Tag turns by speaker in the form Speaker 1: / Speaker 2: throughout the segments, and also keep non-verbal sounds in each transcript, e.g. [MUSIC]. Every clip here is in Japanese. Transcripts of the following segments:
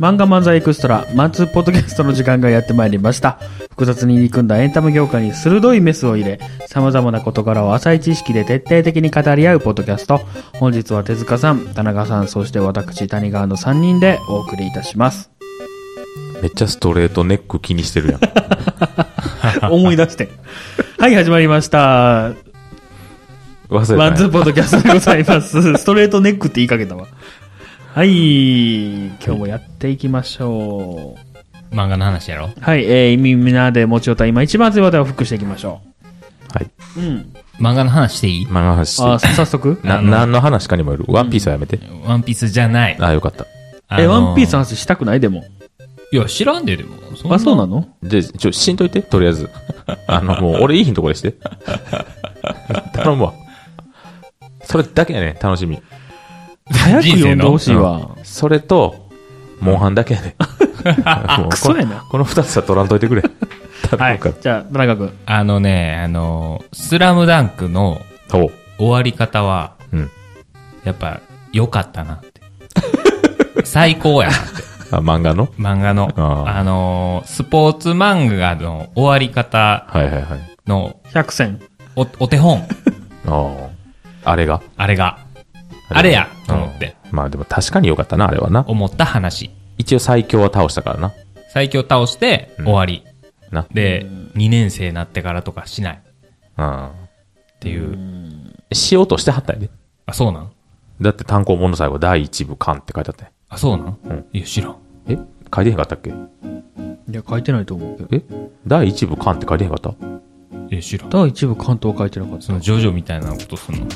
Speaker 1: 漫画漫才エクストラ、マンツーポッドキャストの時間がやってまいりました。複雑に入り組んだエンタメ業界に鋭いメスを入れ、様々な事柄を浅い知識で徹底的に語り合うポッドキャスト。本日は手塚さん、田中さん、そして私、谷川の3人でお送りいたします。
Speaker 2: めっちゃストレートネック気にしてる
Speaker 1: [LAUGHS]
Speaker 2: やん。
Speaker 1: 思い出して。はい、始まりました。
Speaker 2: 忘
Speaker 1: マン
Speaker 2: れ
Speaker 1: ツ
Speaker 2: た
Speaker 1: ー
Speaker 2: んや。
Speaker 1: ポッドキャストでございます。ストレートネックって言いかけたわ。はい、今日もやっていきましょう。
Speaker 3: 漫画の話やろ
Speaker 1: はい、えー、みんなで持ち寄った今一番熱い話題をフックしていきましょ
Speaker 2: はい。
Speaker 1: う。うん。
Speaker 3: 漫画の話していい
Speaker 2: 漫画の話し
Speaker 1: あ、
Speaker 2: て。
Speaker 1: さ早速
Speaker 2: な、何の話かにもよる。ワンピースはやめて。
Speaker 3: ワンピースじゃない。
Speaker 2: [LAUGHS] あ、よかった。
Speaker 3: あ
Speaker 1: え、
Speaker 3: の
Speaker 1: ワンピースの話したくないでも。
Speaker 3: いや、知らんで、でも。そん
Speaker 1: あ、そうなの
Speaker 2: で、ちょ、しんといて、とりあえず。 [LAUGHS] あの、もう、俺いいヒントこれして。 [LAUGHS] 頼むわ。それだけやね、楽しみ。
Speaker 1: 早く
Speaker 3: 人
Speaker 1: 読
Speaker 3: 生の
Speaker 1: んでほしいわ。
Speaker 2: それと、モンハンだ
Speaker 1: [LAUGHS]
Speaker 2: けやね。もう
Speaker 1: クソやな
Speaker 2: この二つは取らんといてくれ。
Speaker 1: [LAUGHS] は
Speaker 2: 頼む
Speaker 1: い
Speaker 2: から。。
Speaker 1: じゃあ、田中君。
Speaker 3: あのね、あの、スラムダンクの
Speaker 2: おう。
Speaker 3: 終わり方は、
Speaker 2: うん。
Speaker 3: やっぱ、良かったな
Speaker 1: [LAUGHS]
Speaker 3: って。最高やなって、
Speaker 2: あ、漫画の
Speaker 3: 漫画の。
Speaker 2: あー
Speaker 3: あの、スポーツ漫画の終わり方
Speaker 2: はいはいはい。
Speaker 3: の
Speaker 1: 100選。
Speaker 3: お、お手本。
Speaker 2: ああ。あれが
Speaker 3: あれが、あれやと思って、
Speaker 2: うんまあでも確かに良かったな、あれはな。
Speaker 3: 思った話。
Speaker 2: 一応最強は倒したからな。
Speaker 3: 最強倒して、終わり。
Speaker 2: な。
Speaker 3: で、2年生になってからとかしない。
Speaker 2: うん。
Speaker 3: っていう。
Speaker 2: しようとしてはったんやで。
Speaker 3: あ、そうなん
Speaker 2: だって単行本の最後、第一部巻って書いてあったんや
Speaker 3: あ、そうなん、
Speaker 2: うん
Speaker 3: いや、知らん。
Speaker 2: え書いてへんかったっけ
Speaker 1: いや、書いてないと思うけど。
Speaker 2: え第一部巻って書いてへんかった
Speaker 3: いや、知らん。
Speaker 1: 第1部関東書いてなかっ
Speaker 3: その、ジョジョみたいなことすんの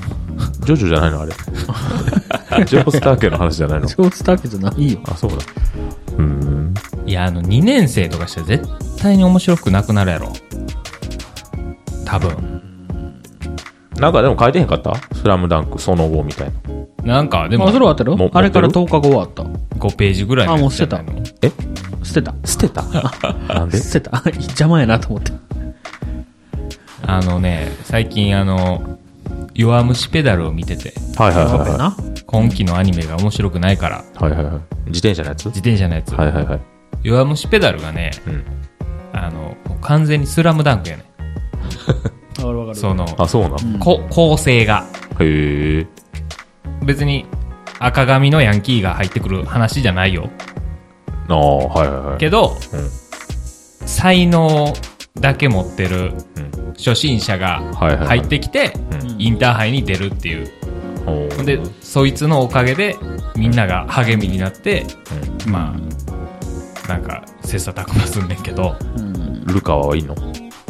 Speaker 2: ジョジョじゃないのあれ。 [LAUGHS] ジョースター家の話じゃないの
Speaker 1: た。超伝わけじゃないよ。
Speaker 2: あ、そうだ。うーん。
Speaker 3: いや、あの、2年生とかしたら絶対に面白くなくなるやろ。多分。
Speaker 2: なんかでも書いてへんかったスラムダンクその後みたいな。
Speaker 3: なんか、で
Speaker 1: で
Speaker 3: も
Speaker 1: も、、それは当たる
Speaker 2: も
Speaker 1: よあれから
Speaker 2: 持って
Speaker 1: 10日後はあった。
Speaker 3: 5ページぐらいの
Speaker 1: あもう
Speaker 3: やつ
Speaker 1: 捨てた
Speaker 3: じゃないの
Speaker 2: え
Speaker 1: 捨てた。
Speaker 2: 捨てたなんで
Speaker 1: 捨てた。 [LAUGHS] 邪魔やなと思って。
Speaker 3: あのね、最近、あの、弱虫ペダルを見てて、
Speaker 2: はいはい
Speaker 1: そう
Speaker 2: はい
Speaker 1: や
Speaker 2: は
Speaker 1: な。
Speaker 3: 今期のアニメが面白くないから、
Speaker 2: い。はいはいはい。自転車のやつ
Speaker 3: 自転車のやつ、
Speaker 2: はいはいはい。
Speaker 3: 弱虫ペダルがね、
Speaker 2: うん。
Speaker 3: あの、もう完全にスラムダンクやね。
Speaker 1: わかるわかる。
Speaker 3: その、
Speaker 2: あ、そうなん。
Speaker 3: こ構成が。
Speaker 2: へえ。
Speaker 3: 別に赤髪のヤンキーが入ってくる話じゃないよ。
Speaker 2: ああ、はいはいはい。
Speaker 3: けど、
Speaker 2: うん
Speaker 3: 才能だけ持ってる
Speaker 2: うん
Speaker 3: 初心者が
Speaker 2: はいはいは
Speaker 3: 入
Speaker 2: い
Speaker 3: ってきて、
Speaker 2: うん
Speaker 3: インターハイに出るっていう。
Speaker 2: お
Speaker 3: ほ
Speaker 2: ー
Speaker 3: んで、そいつのおかげでみんなが励みになって、まあ、なんか切磋琢磨すんねんけど、
Speaker 1: うん。
Speaker 2: ルカワはいいの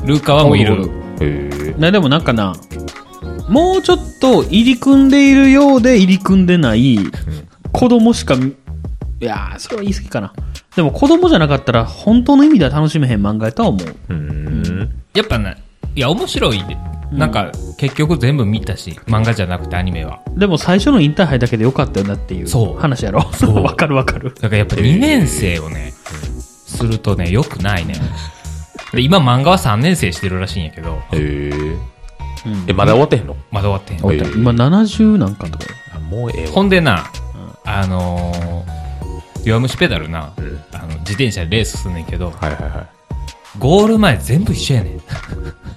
Speaker 3: ルーカはもうい
Speaker 1: おるお
Speaker 3: る
Speaker 1: る。
Speaker 2: へえ。
Speaker 1: ね、でもなんかな、もうちょっと入り組んでいるようで入り組んでない子供しか見、いやー、それは言い過ぎかな。でも子供じゃなかったら本当の意味では楽しめへん漫画やとは思う。
Speaker 2: うーん。
Speaker 3: やっぱね、いや、面白いで。
Speaker 1: うん
Speaker 3: なんか、結局全部見たし、漫画じゃなくてアニメは。
Speaker 1: でも最初のインターハイだけでよかったよなっていう
Speaker 3: そう
Speaker 1: 話やろ。
Speaker 3: そう
Speaker 1: [LAUGHS] わかるわかる。
Speaker 3: だからやっぱ2年生をね、するとね、良くないね。で、今漫画は3年生してるらしいんやけど、
Speaker 2: へ
Speaker 1: う
Speaker 2: え。
Speaker 1: ん
Speaker 2: え、まだ終わってへんの
Speaker 3: まだ終わってへん。
Speaker 2: おい
Speaker 1: 今70なんかとかよ
Speaker 2: あもうええわ。
Speaker 3: ほんでな、あのー、弱虫ペダルな、
Speaker 2: ん
Speaker 3: あの自転車でレースすんねんけど、
Speaker 2: はいはいはい。
Speaker 3: ゴール前全部一緒やねん。
Speaker 1: ど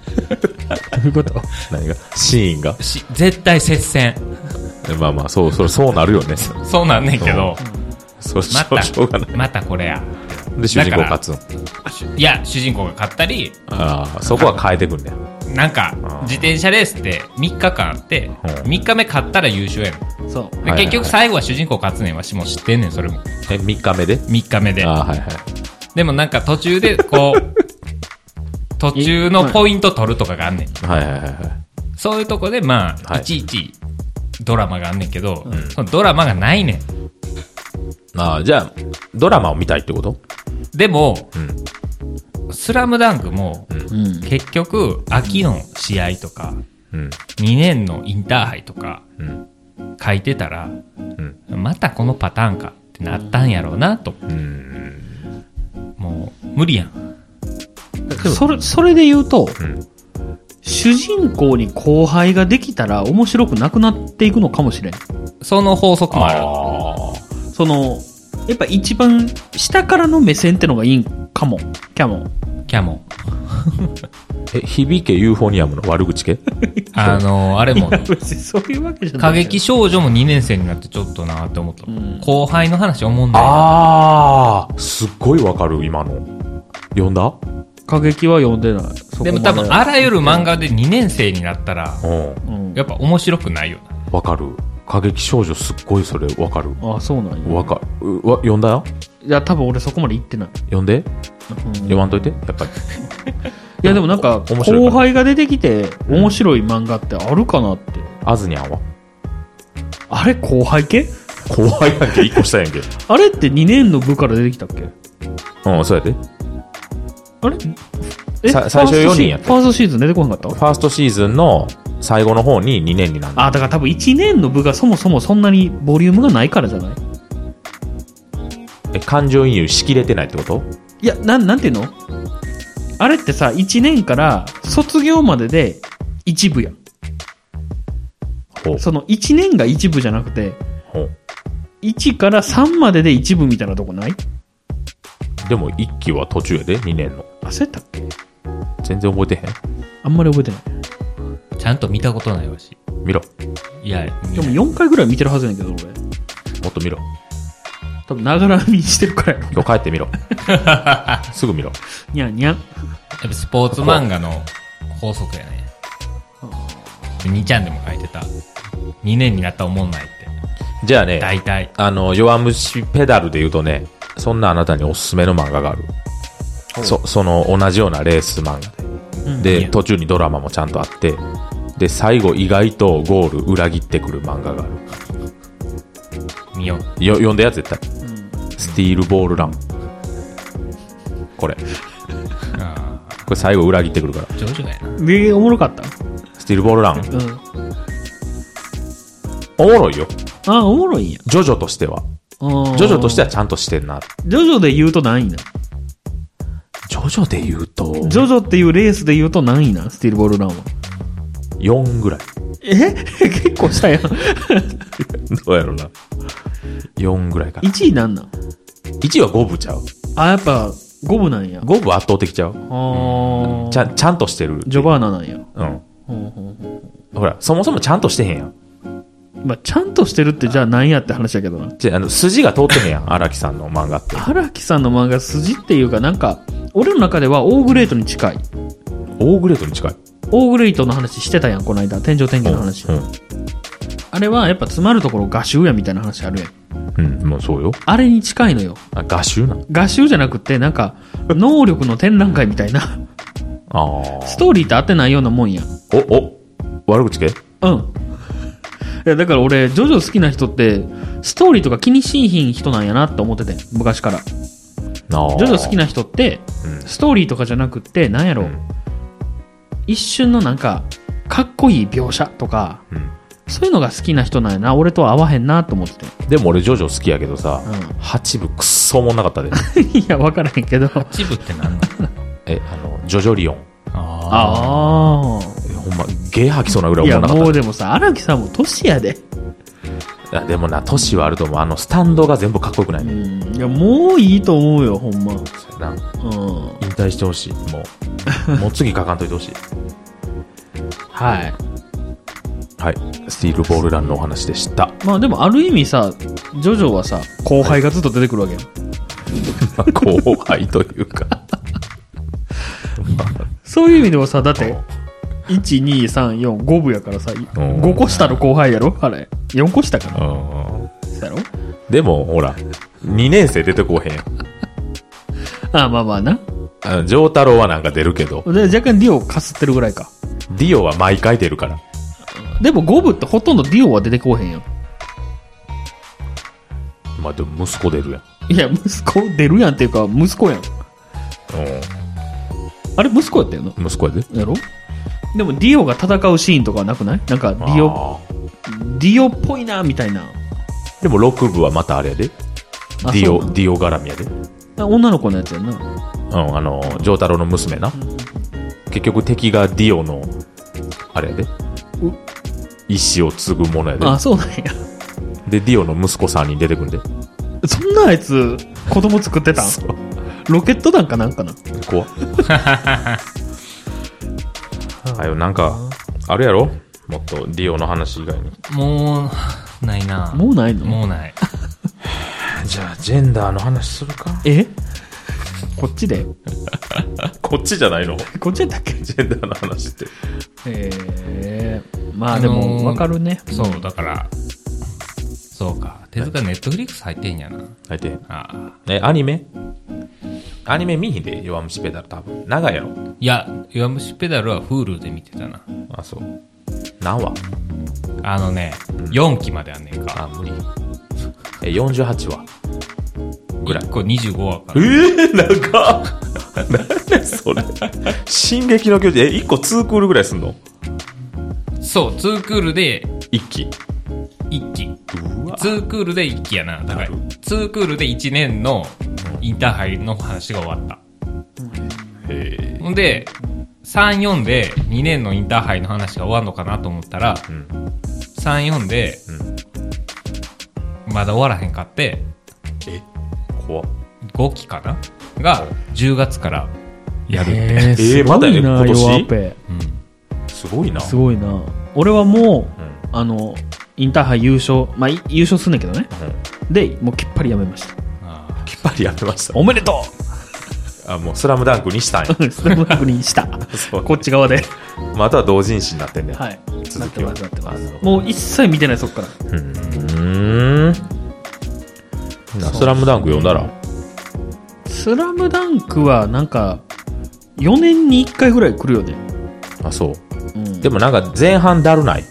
Speaker 1: ういうこと
Speaker 2: 何がシーンが
Speaker 3: し絶対接戦。
Speaker 2: えまあまあ、そう、それそうなるよね。そ
Speaker 3: そうなんねんけど、
Speaker 2: そう、し
Speaker 3: ま
Speaker 2: ょうしょうがな
Speaker 3: た、またこれや。
Speaker 2: い。で、主人公勝つん。
Speaker 3: いや、主人公が勝ったり、
Speaker 2: ああ、そこは変えてくんねや
Speaker 3: なんか
Speaker 2: ん、
Speaker 3: 自転車レースって3日間あって、
Speaker 2: うん
Speaker 3: 3日目勝ったら優勝やねん。
Speaker 1: そ
Speaker 3: で
Speaker 2: はいはいはい
Speaker 3: 結局最後は主人公勝つねんわしも知ってんねんそれも
Speaker 2: え、3日目で
Speaker 3: 3日目で
Speaker 2: ああ、はいはい。
Speaker 3: でもなんか途中でこう
Speaker 2: [LAUGHS]
Speaker 3: 途中のポイント取るとかがあんねん
Speaker 2: はいはいはいはい。
Speaker 3: そういうとこでまあ、
Speaker 2: はい
Speaker 3: い、ちいちドラマがあんねんけど、そのドラマがないねん
Speaker 2: ああ、じゃあ、ドラマを見たいってこと
Speaker 3: でも
Speaker 2: うん。
Speaker 3: 「スラムダンクも
Speaker 1: う。うん。
Speaker 3: 結局秋の試合とか
Speaker 2: うん。
Speaker 3: 2年のインターハイとか
Speaker 2: うん。
Speaker 3: 書いてたら
Speaker 2: うん。
Speaker 3: またこのパターンかってなったんやろうなと
Speaker 2: うん。
Speaker 3: もう無理やん
Speaker 1: それ、それで言うと、
Speaker 2: ん
Speaker 1: 主人公に後輩ができたら面白くなくなっていくのかもしれん。
Speaker 3: その法則もある。
Speaker 2: あ
Speaker 1: その、やっぱ一番下からの目線ってのがいいんかも。キャモン。
Speaker 3: キャモン。
Speaker 2: ーえ、響けユーフォニアムの悪口系
Speaker 3: あの、あれも、
Speaker 1: [LAUGHS] 別にそういうわけじゃな
Speaker 3: 過
Speaker 1: い。
Speaker 3: 激少女も2年生になってちょっとなーって思った。
Speaker 1: ん
Speaker 3: 後輩の話思うんだよ。
Speaker 2: あー、すっごいわかる、今の。読んだ
Speaker 1: 過激は読んでない。そこま
Speaker 3: でも多分、あらゆる漫画で2年生になったら、
Speaker 2: うん。
Speaker 1: うん
Speaker 3: やっぱ面白くないよ
Speaker 2: わかる。過激少女すっごいそれわかる。
Speaker 1: あ、そうなんや。
Speaker 2: わかる。うわ、読んだよ
Speaker 1: いや、多分俺そこまで行ってない。
Speaker 2: 読んで
Speaker 1: うん
Speaker 2: 読まんといてやっぱり。
Speaker 1: いや、でもなんか、
Speaker 2: 面白いから
Speaker 1: 後輩が出てきて、面白い漫画ってあるかなって。
Speaker 2: あずにゃんは
Speaker 1: あれ、後輩系
Speaker 2: 後輩やんけ、一個下やんけ。
Speaker 1: あれって2年の部から出てきたっけ
Speaker 2: うん、そうやで。フ
Speaker 1: あれ
Speaker 2: さ最初
Speaker 1: ファーストシ
Speaker 2: 四人やった
Speaker 1: ファーストシーズン出てこなかった
Speaker 2: ァーストシーズンの最後の方に2年になる
Speaker 1: あ、だから多分1年の部がそもそもそんなにボリュームがないからじゃない
Speaker 2: え、感情移入しきれてないってこと
Speaker 1: いや、なん、なんていうのあれってさ、1年から卒業までで一部やん。
Speaker 2: ほう。
Speaker 1: その1年が一部じゃなくて、
Speaker 2: ほう。
Speaker 1: 1から3までで一部みたいなとこない
Speaker 2: でも1期は途中やで、2年の。
Speaker 1: 焦ったっけ
Speaker 2: 全然覚えてへ
Speaker 1: あんまり覚えてない。
Speaker 3: な。ちゃんと見たことないわし。
Speaker 2: ん見ろ。
Speaker 3: いや、
Speaker 1: で
Speaker 3: 見
Speaker 1: も
Speaker 3: ない
Speaker 1: 4回ぐらい見てるはずやねんけど、俺。
Speaker 2: もっと見ろ。
Speaker 1: 多分、ながら見してるからやろ。 [LAUGHS]
Speaker 2: 今日帰ってみろ。すぐ見ろ。
Speaker 1: にゃんにゃん。
Speaker 3: やっぱスポーツ漫画の法則やね。2ちゃんでも書いてた。2年になったら思んないって。
Speaker 2: じゃあね、
Speaker 3: 大体。
Speaker 2: あの、弱虫ペダルで言うとね、そんなあなたにおすすめの漫画がある。そ、その同じようなレース漫画で。
Speaker 3: いい
Speaker 2: で、
Speaker 3: や
Speaker 2: 途中にドラマもちゃんとあって、で、最後意外とゴール裏切ってくる漫画がある。
Speaker 3: 見よう。
Speaker 2: よ、読んでや、絶対。スティールボールラン。これ。こ
Speaker 3: ああ、
Speaker 2: れ最後裏切ってくるから。
Speaker 3: 上々やな。
Speaker 1: で、おもろかった。
Speaker 2: スティールボールラン。
Speaker 1: うん。
Speaker 2: おもろいよ。
Speaker 1: あ、おもろいんや。
Speaker 2: ジョジョとしては。
Speaker 1: ジョ
Speaker 2: ジョジョとして
Speaker 1: は
Speaker 2: はちゃんとしてんな。
Speaker 1: ジョジョで言うと何位なん
Speaker 2: ジョジョで言うと、
Speaker 1: ジョジョっていうレースで言うと何位なんスティールボールランは。
Speaker 2: 4ぐらい。
Speaker 1: え [LAUGHS] 結構したやん。
Speaker 2: どうやろうな。4ぐらいかな。
Speaker 1: 1位なんなん
Speaker 2: 1位は5部ちゃう。
Speaker 1: あ、やっぱ、五分なんや。
Speaker 2: 5部圧倒的ちゃう。
Speaker 1: あ
Speaker 2: ちゃん、ちゃんとしてる。
Speaker 1: ジョバーナなんや。
Speaker 2: うん。
Speaker 1: ほうほうほ
Speaker 2: ほら、そもそもちゃんとしてへんやん。
Speaker 1: うまあ、ちゃんとしてるってじゃあ何やって話だけどな。
Speaker 2: じゃあ、あの、筋が通ってへんや
Speaker 1: [LAUGHS]
Speaker 2: ん。荒木さんの漫画って。
Speaker 1: 荒木さんの漫画筋っていうかなんか、俺の中ではオーグレートに近い。
Speaker 2: オーグレートに近い。
Speaker 1: オーグレートの話してたやん、この間。天井天気の話
Speaker 2: う。ん。
Speaker 1: あれはやっぱ詰まるところ画集やみたいな話あるやん。
Speaker 2: うん、もうそうよ。
Speaker 1: あれに近いのよ。
Speaker 2: あ、画集な。
Speaker 1: 画集じゃなくって、なんか、能力の展覧会みたいな。
Speaker 2: ああ。
Speaker 1: ストーリーと合ってないようなもんや。
Speaker 2: お、お、悪口系
Speaker 1: うん。いや、だから俺、ジョジョ好きな人って、ストーリーとか気にしいひん人なんやなって思ってて、昔から。ジ
Speaker 2: ああ。
Speaker 1: ョジョ好き
Speaker 2: な。
Speaker 1: な人って、
Speaker 2: うん。
Speaker 1: ストーリーとかじゃなくって、なんやろ、
Speaker 2: うん
Speaker 1: 一瞬のなんか、かっこいい描写とか、
Speaker 2: う
Speaker 1: そういうのが好きな人なんやな、俺とは合わへんなと思ってて。
Speaker 2: ん。でも俺、ジョジョ好きやけどさ、
Speaker 1: う
Speaker 2: 八部くっそおもんなかった
Speaker 1: [LAUGHS]
Speaker 2: で。
Speaker 1: ん。 [LAUGHS] いや、わからへんけど。あ
Speaker 3: 一部って何なの
Speaker 2: え、あの、ジョジョリオン。
Speaker 3: あ
Speaker 1: あ
Speaker 2: えほんま、ゲー吐きそうなぐら
Speaker 1: ー。
Speaker 2: い
Speaker 1: いや、
Speaker 2: おもんなかった
Speaker 1: もうでもさ、荒木さんも年やで。
Speaker 2: いやでもな、都市はあると思う。あの、スタンドが全部かっこよくないね。
Speaker 1: うん。いや、もういいと思うよ、ほんま。う
Speaker 2: それな、
Speaker 1: ん。
Speaker 2: 引退してほしい。も
Speaker 1: [LAUGHS]
Speaker 2: う、もう次書かんといてほしい。
Speaker 1: はい。
Speaker 2: はい。スティールボールランのお話で [LAUGHS] した。
Speaker 1: まあでもある意味さ、ジョジョはさ、後輩がずっと出てくるわけよ。
Speaker 2: まあ後輩というか。
Speaker 1: そういう意味ではさ、だって、1、2、3、4、5部やからさ、
Speaker 2: ん
Speaker 1: 5個下の後輩やろあれ。4個下かな
Speaker 2: うん。
Speaker 1: そうやろ
Speaker 2: でも、ほら、2年生出てこうへんやん
Speaker 1: ああ、まあまあな。
Speaker 2: あの。ジョータロウはなんか出るけど、
Speaker 1: で若干ディオかすってるぐらいか。
Speaker 2: ディオは毎回出るから。
Speaker 1: でも5部ってほとんどディオは出てこうへんやん。
Speaker 2: まあ、でも息子出るやん。
Speaker 1: いや、息子出るやんっていうか、息子やん。あれ、息子やったよな。
Speaker 2: うん。息子やで。
Speaker 1: やろでもディオが戦うシーンとかはなくないなんかディオ、
Speaker 2: あー
Speaker 1: ディオっぽいな、みたいな。
Speaker 2: でも6部はまたあれやで。デ
Speaker 1: あ
Speaker 2: ィ
Speaker 1: そうな
Speaker 2: オ、
Speaker 1: ん
Speaker 2: ディオ絡みやで。
Speaker 1: 女の子のやつやんな。
Speaker 2: うん、あの、丈太郎の娘な。結局敵がディオのあれやで。意志を継ぐものやで。
Speaker 1: あ、そうなんや。
Speaker 2: で、ディオの息子さんに出てくんで。
Speaker 1: そんなあいつ、子供作ってたん
Speaker 2: そう
Speaker 1: ロケット弾かなんかな
Speaker 2: 怖っ [LAUGHS] あよ、なんか、あるやろもっとディオの話以外に。
Speaker 3: もう、ないな。
Speaker 1: もうないの
Speaker 3: もうない。
Speaker 2: じゃあ、ジェンダーの話するか
Speaker 1: えこっちで
Speaker 2: こっちじゃないの
Speaker 1: こっちやったっけ
Speaker 2: ジェンダーの話って。
Speaker 1: えー、まあでも、わかるね。
Speaker 3: そう、だから、そうか。手塚ネットフリックス入ってんやな。
Speaker 2: 大体。
Speaker 3: ああ。
Speaker 2: え、アニメアニメ見ひんで、弱虫ペダル多分。長いやろ。
Speaker 3: いや、弱虫ペダルは Hulu で見てたな。
Speaker 2: あ、そう。何話
Speaker 3: あのね、4期まであんねんか。
Speaker 2: あ、無理。え、48話。ぐらい
Speaker 3: 1。個25話か
Speaker 2: え
Speaker 3: ら。
Speaker 2: ー、長っ何それ。進撃の巨人、え、1個2クールぐらいすんの
Speaker 3: そう、2クールで
Speaker 2: ?1 期。
Speaker 3: 1期。
Speaker 2: うわ。
Speaker 3: 2クールで1期やな。だから、2クールで1年のインターハイの話が終わった。
Speaker 2: へえ。
Speaker 3: ほんで、3、4で2年のインターハイの話が終わるのかなと思ったら、
Speaker 2: うん。
Speaker 3: 3、4で、まだ終わらへんかって、
Speaker 2: え、怖っ
Speaker 3: 5期かなが10月からやるって。
Speaker 1: えー、す
Speaker 2: えーま
Speaker 1: ご
Speaker 2: だ
Speaker 1: い
Speaker 2: ね
Speaker 1: な、
Speaker 2: 今年
Speaker 1: 弱アペ。
Speaker 2: すごいな。
Speaker 1: すごいな。俺はもう、
Speaker 2: うん
Speaker 1: あの、インターハイ優勝、まあ、い優勝すんねんけどね。
Speaker 2: うん
Speaker 1: で、もうきっぱりやめました。
Speaker 3: ああ
Speaker 2: きっぱりやめました。
Speaker 1: おめでと
Speaker 2: あ、もうスラムダンクにしたんや。
Speaker 1: うスタムダンクに [LAUGHS] した。
Speaker 2: そう
Speaker 1: こっち側で。
Speaker 2: まあ、あとは同人誌になってんね。
Speaker 1: はい。なっ
Speaker 2: 続
Speaker 1: て
Speaker 2: きは
Speaker 1: ます、なってます
Speaker 2: あ
Speaker 1: も
Speaker 2: の。
Speaker 1: う一切見てない、そっから。
Speaker 2: うーん。なスラムダンク読んだら
Speaker 1: スラムダンクは、なんか、4年に1回ぐらい来るよね。
Speaker 2: あ、そう。
Speaker 1: うん
Speaker 2: でもなんか前半だるない。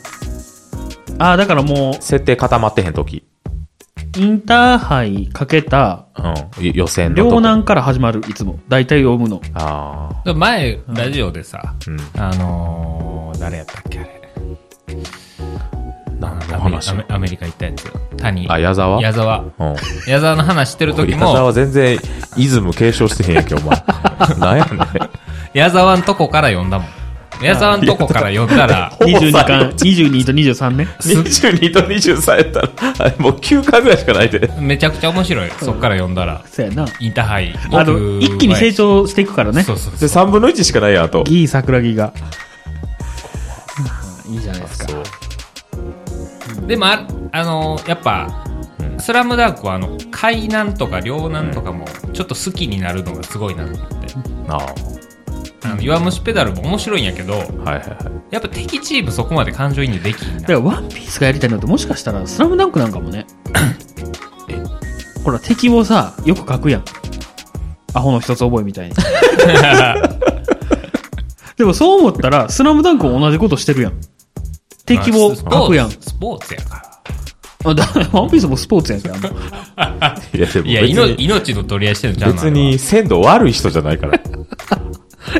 Speaker 1: ああ、だからも
Speaker 2: 設定固まってへん時。
Speaker 1: う、インターハイかけた、
Speaker 2: うん。ゆ予選のとこ。
Speaker 1: 両南から始まる、いつも。大体読むの。
Speaker 2: あ
Speaker 3: で前、ラジオでさ、
Speaker 2: あ。うん。
Speaker 3: あのー、誰やったっけあれ。
Speaker 2: 何の
Speaker 3: アメ
Speaker 2: 話
Speaker 3: アメアメリカ行ったやつ。谷。
Speaker 2: あ、矢沢
Speaker 3: 矢沢。
Speaker 2: うん。
Speaker 3: 矢沢の話してる時
Speaker 2: 矢沢
Speaker 3: も、
Speaker 2: 全然イズム継承してへんやんけ、お [LAUGHS] 前。なんやねん。
Speaker 3: 矢沢んとこから呼んだもん。矢沢んとこから呼んだら、
Speaker 2: ほぼ最
Speaker 1: 22
Speaker 2: 後
Speaker 1: 巻、22と23ね。
Speaker 2: 22と23やったら、あれもう9回ぐらいしかないで。
Speaker 3: めちゃくちゃ面白い。そっから呼んだら、
Speaker 1: そうやな。
Speaker 3: インターハイ。
Speaker 1: あの、一気に成長していくからね
Speaker 3: ね。。そうそう
Speaker 2: で、3分の1しかないやん、あと。
Speaker 1: ギー桜木が。いいじゃないですか。
Speaker 2: そう。
Speaker 3: でもあ、あのーやっぱ、スラムダンクはあの海南とか両南とかもちょっと好きになるのがすごいなと思って、
Speaker 2: ああ。
Speaker 3: あの弱虫ペダルも面白いんやけど
Speaker 2: はいはいはい。
Speaker 3: やっぱ敵チームそこまで感情移入できん
Speaker 1: だか
Speaker 3: な
Speaker 1: ら、ワンピースがやりたいのって、もしかしたら、スラムダンクなんかもね。ほら、敵をさ、よく書くやん。アホの一つ覚えみたいに。 [LAUGHS] でも、そう思ったら、スラムダンクも同じことしてるやん。敵を
Speaker 3: [LAUGHS] ス
Speaker 1: 書
Speaker 3: ポーツ
Speaker 1: くやん。
Speaker 3: スポーツやか
Speaker 1: あだワンピースもスポーツやんけ、あんま
Speaker 2: いや、でも
Speaker 3: らいや
Speaker 2: 別
Speaker 3: 命
Speaker 2: に、
Speaker 3: 命の取り合いしてるじゃん
Speaker 2: 別に鮮度悪い人じゃないから。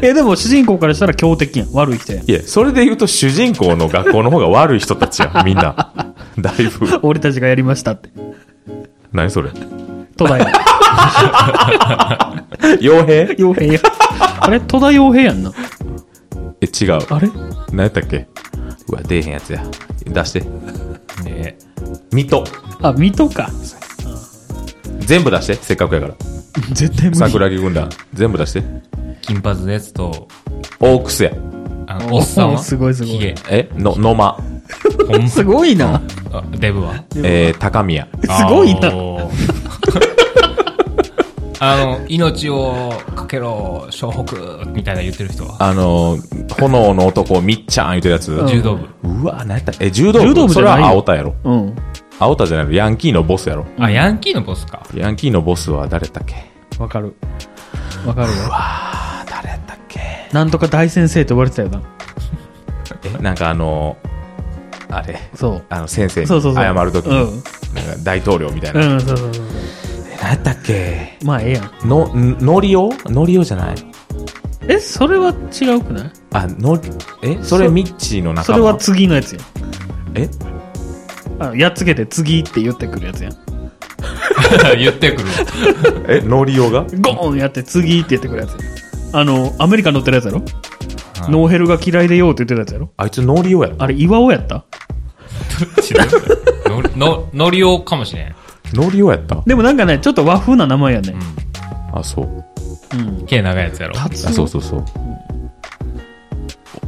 Speaker 1: え、でも主人公からしたら強敵やん。悪い人やん。
Speaker 2: いや、それで言うと主人公の学校の方が悪い人たちや、 [LAUGHS] みんな。だいぶ。
Speaker 1: 俺たちがやりましたって。
Speaker 2: 何それ。
Speaker 1: 戸田や。
Speaker 2: 傭兵
Speaker 1: [LAUGHS] 傭兵や。 [LAUGHS] あれ戸田傭兵やんな。
Speaker 2: え、違う。
Speaker 1: あれ
Speaker 2: 何やったっけうわ、出えへんやつや。出して。
Speaker 3: あのね
Speaker 2: 水戸。
Speaker 1: あ、水戸か。
Speaker 2: 全部出して。せっかくやから。
Speaker 1: 絶対無理。
Speaker 2: 桜木軍団。全部出して。
Speaker 3: 金髪のやつと
Speaker 2: オークスや。
Speaker 3: あのおっさん
Speaker 1: お
Speaker 3: は
Speaker 1: ー [LAUGHS] すごいすごい
Speaker 3: ひげ
Speaker 2: えの、野間。
Speaker 3: ほん
Speaker 1: [LAUGHS]
Speaker 3: ます
Speaker 1: ごいな。
Speaker 3: あデブ
Speaker 1: [LAUGHS]
Speaker 3: は
Speaker 2: えー、高宮。
Speaker 1: すごい
Speaker 3: あ
Speaker 1: な。
Speaker 3: のー [LAUGHS] あの命をかけろ湘北みたいな言ってる人は
Speaker 2: あのー、炎の男、みっちゃん言うてるやつ。
Speaker 1: ん
Speaker 3: 柔道部
Speaker 2: うわ、何やったえ、柔道部
Speaker 1: 柔道部じ
Speaker 2: そ
Speaker 1: ゃ
Speaker 2: れ
Speaker 1: ないよ
Speaker 2: は青田やろ。
Speaker 1: うん。
Speaker 2: 青田じゃないの。ヤンキーのボスやろ。
Speaker 3: あ、ヤンキーのボスか。 [LAUGHS]
Speaker 2: ヤンキーのボスは誰だっけ
Speaker 1: わかる。わかるわ。
Speaker 2: あ、誰だっけ
Speaker 1: なんとか大先生と呼ばれてたよな。
Speaker 2: え、なんかあのー、あれ。
Speaker 1: そう。
Speaker 2: あの、先生に
Speaker 1: そうそうそう
Speaker 2: 謝るとき
Speaker 1: う
Speaker 2: に
Speaker 1: ん、
Speaker 2: なんか大統領みたいな。
Speaker 1: うん、そうそうそう。
Speaker 2: え何やったっけ
Speaker 1: まあ、ええやん。
Speaker 2: の、んのりおのりおじゃない
Speaker 1: え、それは違うくない
Speaker 2: あ、の、えそれ
Speaker 1: そ
Speaker 2: ミッチーの
Speaker 1: そ
Speaker 2: 仲
Speaker 1: れは
Speaker 2: 間。
Speaker 1: 次のやつやん。
Speaker 2: え
Speaker 1: あやっつけて次って言ってくるやつやん。
Speaker 3: 言ってくる。
Speaker 1: [LAUGHS]
Speaker 2: え、のりおが
Speaker 1: ゴーンやって次って言ってくるやつやん。あの、アメリカ乗ってるやつやろ
Speaker 3: はい
Speaker 1: ノーヘルが嫌いでようって言ってたやつやろ
Speaker 2: あいつノーリオやろ
Speaker 1: あれ、岩尾やった
Speaker 3: のののりおかもしれん。
Speaker 2: ノーリオやった
Speaker 1: でもなんかね、ちょっと和風な名前やね。
Speaker 2: あ、そう。
Speaker 1: うん。
Speaker 3: 毛長いやつやろ。
Speaker 1: 達
Speaker 2: あ、そう
Speaker 1: 夫
Speaker 2: そうそう。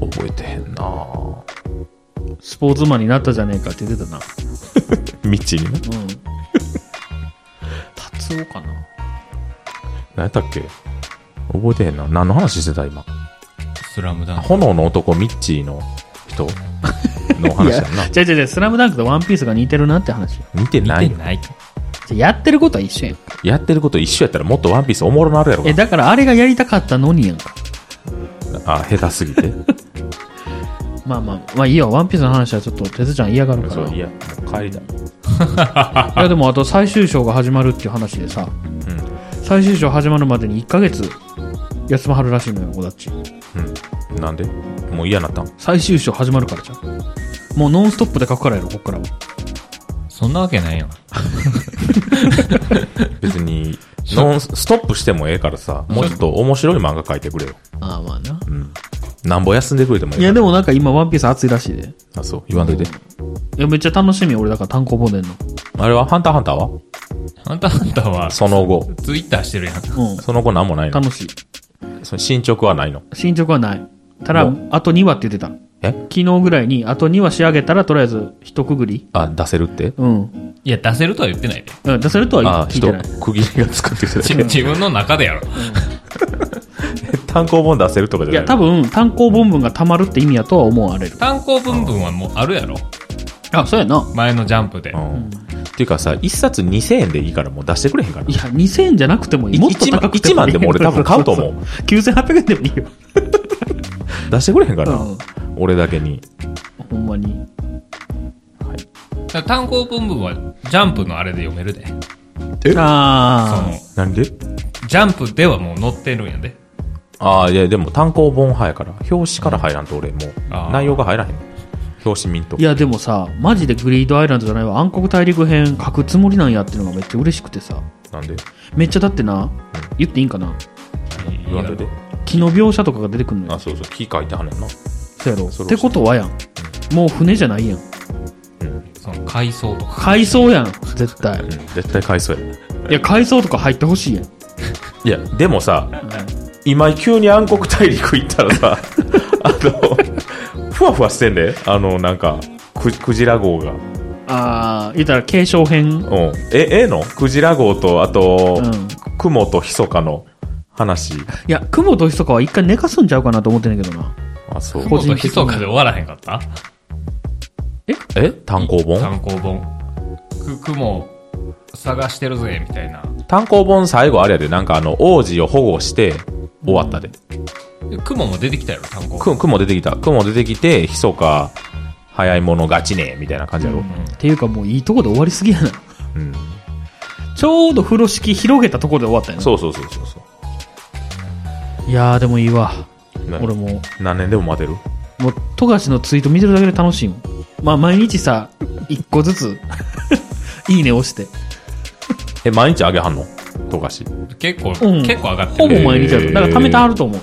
Speaker 2: 覚えてへんなぁ。
Speaker 1: スポーツマンになったじゃねえかって言ってたな。
Speaker 2: 未知にな。
Speaker 1: うん。達夫かな
Speaker 2: 何やったっけ覚えてへんな。何の話してた今。
Speaker 3: スラムダンク。
Speaker 2: 炎の男、ミッチーの人の話やんな。
Speaker 1: じゃじゃじゃスラムダンクとワンピースが似てるなって話。
Speaker 2: 見てない
Speaker 3: 見
Speaker 2: よ
Speaker 3: て。ない。
Speaker 1: じゃやってることは一緒やん。
Speaker 2: やってること一緒やったらもっとワンピースおもろなるやろ
Speaker 1: え、だからあれがやりたかったのにやんか。
Speaker 2: あ、下手すぎて。
Speaker 1: まあまあ、まあいいよ、ワンピースの話はちょっと、てつちゃん嫌がるか
Speaker 2: [LAUGHS] そ
Speaker 1: ら。
Speaker 2: う、い
Speaker 1: い
Speaker 2: や、もう帰りだ。
Speaker 1: や、でもあと最終章が始まるっていう話でさ、最終章始まるまでに1ヶ月休まはるらしいのよ、おだっち。
Speaker 2: うん。なんでもう嫌なったん
Speaker 1: 最終章始まるからじゃん。もうノンストップで書くからやろ、こっからは。
Speaker 3: そんなわけないやん。
Speaker 2: 別 [LAUGHS] に、ノンストップしてもええからさ、もうちょっと面白い漫画書いてくれよ。
Speaker 1: ああ、まあな。
Speaker 2: なんぼ休んでくれてもええ
Speaker 1: い
Speaker 2: から
Speaker 1: や、でもなんか今、ワンピース熱いらしいで。
Speaker 2: あ、そう、言わんといて。
Speaker 1: いや、めっちゃ楽しみ、俺だから単行本出んの。
Speaker 2: あれはハンターハンターは
Speaker 3: あんたあんたは、
Speaker 2: その後。
Speaker 3: ツイッターしてるやん。
Speaker 1: うん。
Speaker 2: その後なんもないの
Speaker 1: 楽しい。
Speaker 2: その進捗はないの
Speaker 1: 進捗はない。ただ
Speaker 2: も、
Speaker 1: あと2話って言ってた。
Speaker 2: え
Speaker 1: 昨日ぐらいに、あと2話仕上げたら、とりあえず、一区切り。
Speaker 2: あ、出せるって
Speaker 1: うん。
Speaker 3: いや、出せるとは言ってないで。
Speaker 1: うん出せるとは
Speaker 2: あ、
Speaker 1: 聞い
Speaker 2: 人
Speaker 1: てない。、
Speaker 2: 区切りが作ってき
Speaker 3: 自
Speaker 2: て
Speaker 3: 自分の中でやろ。
Speaker 2: た。
Speaker 1: [LAUGHS]
Speaker 2: 単行本出せるとかじ
Speaker 1: い
Speaker 2: ゃ
Speaker 1: や、
Speaker 2: ない
Speaker 1: 多分、単行本文が溜まるって意味やとは思われる。
Speaker 3: 単行文文はもうあるやろ。
Speaker 1: あ、そうやな。
Speaker 3: 前のジャンプで。
Speaker 2: のうん。っていうかさ、一冊2000円でいいからもう出してくれへんから
Speaker 1: い。や、2000円じゃなくてもいい。
Speaker 2: い
Speaker 1: もっと高くて
Speaker 2: 1万でも俺多分買うと思う。
Speaker 1: [LAUGHS] 9800円でもいいよ。
Speaker 2: 出してくれへんから
Speaker 1: うん、
Speaker 2: 俺だけに。
Speaker 1: ほんまに。
Speaker 3: だから単行文文はジャンプのあれで読めるで。
Speaker 2: え
Speaker 3: そ
Speaker 1: あ
Speaker 3: の、
Speaker 2: なんで
Speaker 3: ジャンプではもう載ってるんやで。
Speaker 2: ああ、いや、でも単行本派やから、表紙から入らんと俺もう
Speaker 3: あ、ー
Speaker 2: 内容が入らへん。表紙見んと
Speaker 1: あ。い。や、でもさ、マジでグリードアイランドじゃないわ。暗黒大陸編書くつもりなんやっていうのがめっちゃ嬉しくてさ。
Speaker 2: なんで
Speaker 1: めっちゃだってな、言っていいんかな。
Speaker 2: 言わんといて。
Speaker 1: 気の描写とかが出てくるの
Speaker 2: あ、
Speaker 1: よ。
Speaker 2: そうそう、木書いてはんねんな。
Speaker 1: そうやろ。
Speaker 2: そ
Speaker 1: っ
Speaker 2: れ
Speaker 1: てことはやん。もう船じゃないやん。
Speaker 3: その、階層とか。
Speaker 1: 海藻やん、絶対
Speaker 2: うん。、絶対買いそうや。
Speaker 1: いや、海藻とか入ってほしいやん。
Speaker 2: いや、でもさ、今急に暗黒大陸行ったらさ、あの、ふわふわしてんで、あの、なんか、ククジラ号が。
Speaker 1: あー、言ったら継承編。
Speaker 2: うん。え、ええのクジラ号と、あと、
Speaker 1: うん
Speaker 2: 雲とひそかの話。
Speaker 1: いや、雲とひそかは一回寝かすんちゃうかなと思ってんねんけどな。
Speaker 2: あ、そう。
Speaker 1: 個
Speaker 3: も
Speaker 1: 人的に
Speaker 3: とひそかで終わらへんかった
Speaker 2: え単行本
Speaker 3: 単行本。く、雲、探してるぜ、みたいな。
Speaker 2: 単行本最後あれやで、なんかあの、王子を保護して、終わったで。
Speaker 3: で雲も出てきたやろ、単行本。
Speaker 2: く、雲出てきた。雲出てきて、ひそか、早い者勝ちね、みたいな感じやろ。
Speaker 1: っていうかもういいとこで終わりすぎ [LAUGHS] やな。
Speaker 2: うん。
Speaker 1: ちょうど風呂敷広げたところで終わったよ
Speaker 2: そうそうそうそうそ
Speaker 1: な。いやー、でもいいわ。
Speaker 2: う。な
Speaker 1: 俺も
Speaker 2: 何年でも待てる
Speaker 1: う、もう、富樫のツイート見てるだけで楽しいもん。まあ、毎日さ、一個ずつ、 [LAUGHS] いいね押して。
Speaker 2: え、毎日あげはんの富樫。
Speaker 3: 結構、
Speaker 1: うん
Speaker 3: 結構上がって
Speaker 1: ほ
Speaker 3: る。
Speaker 1: ぼ毎日やる。だから貯めてはると思う。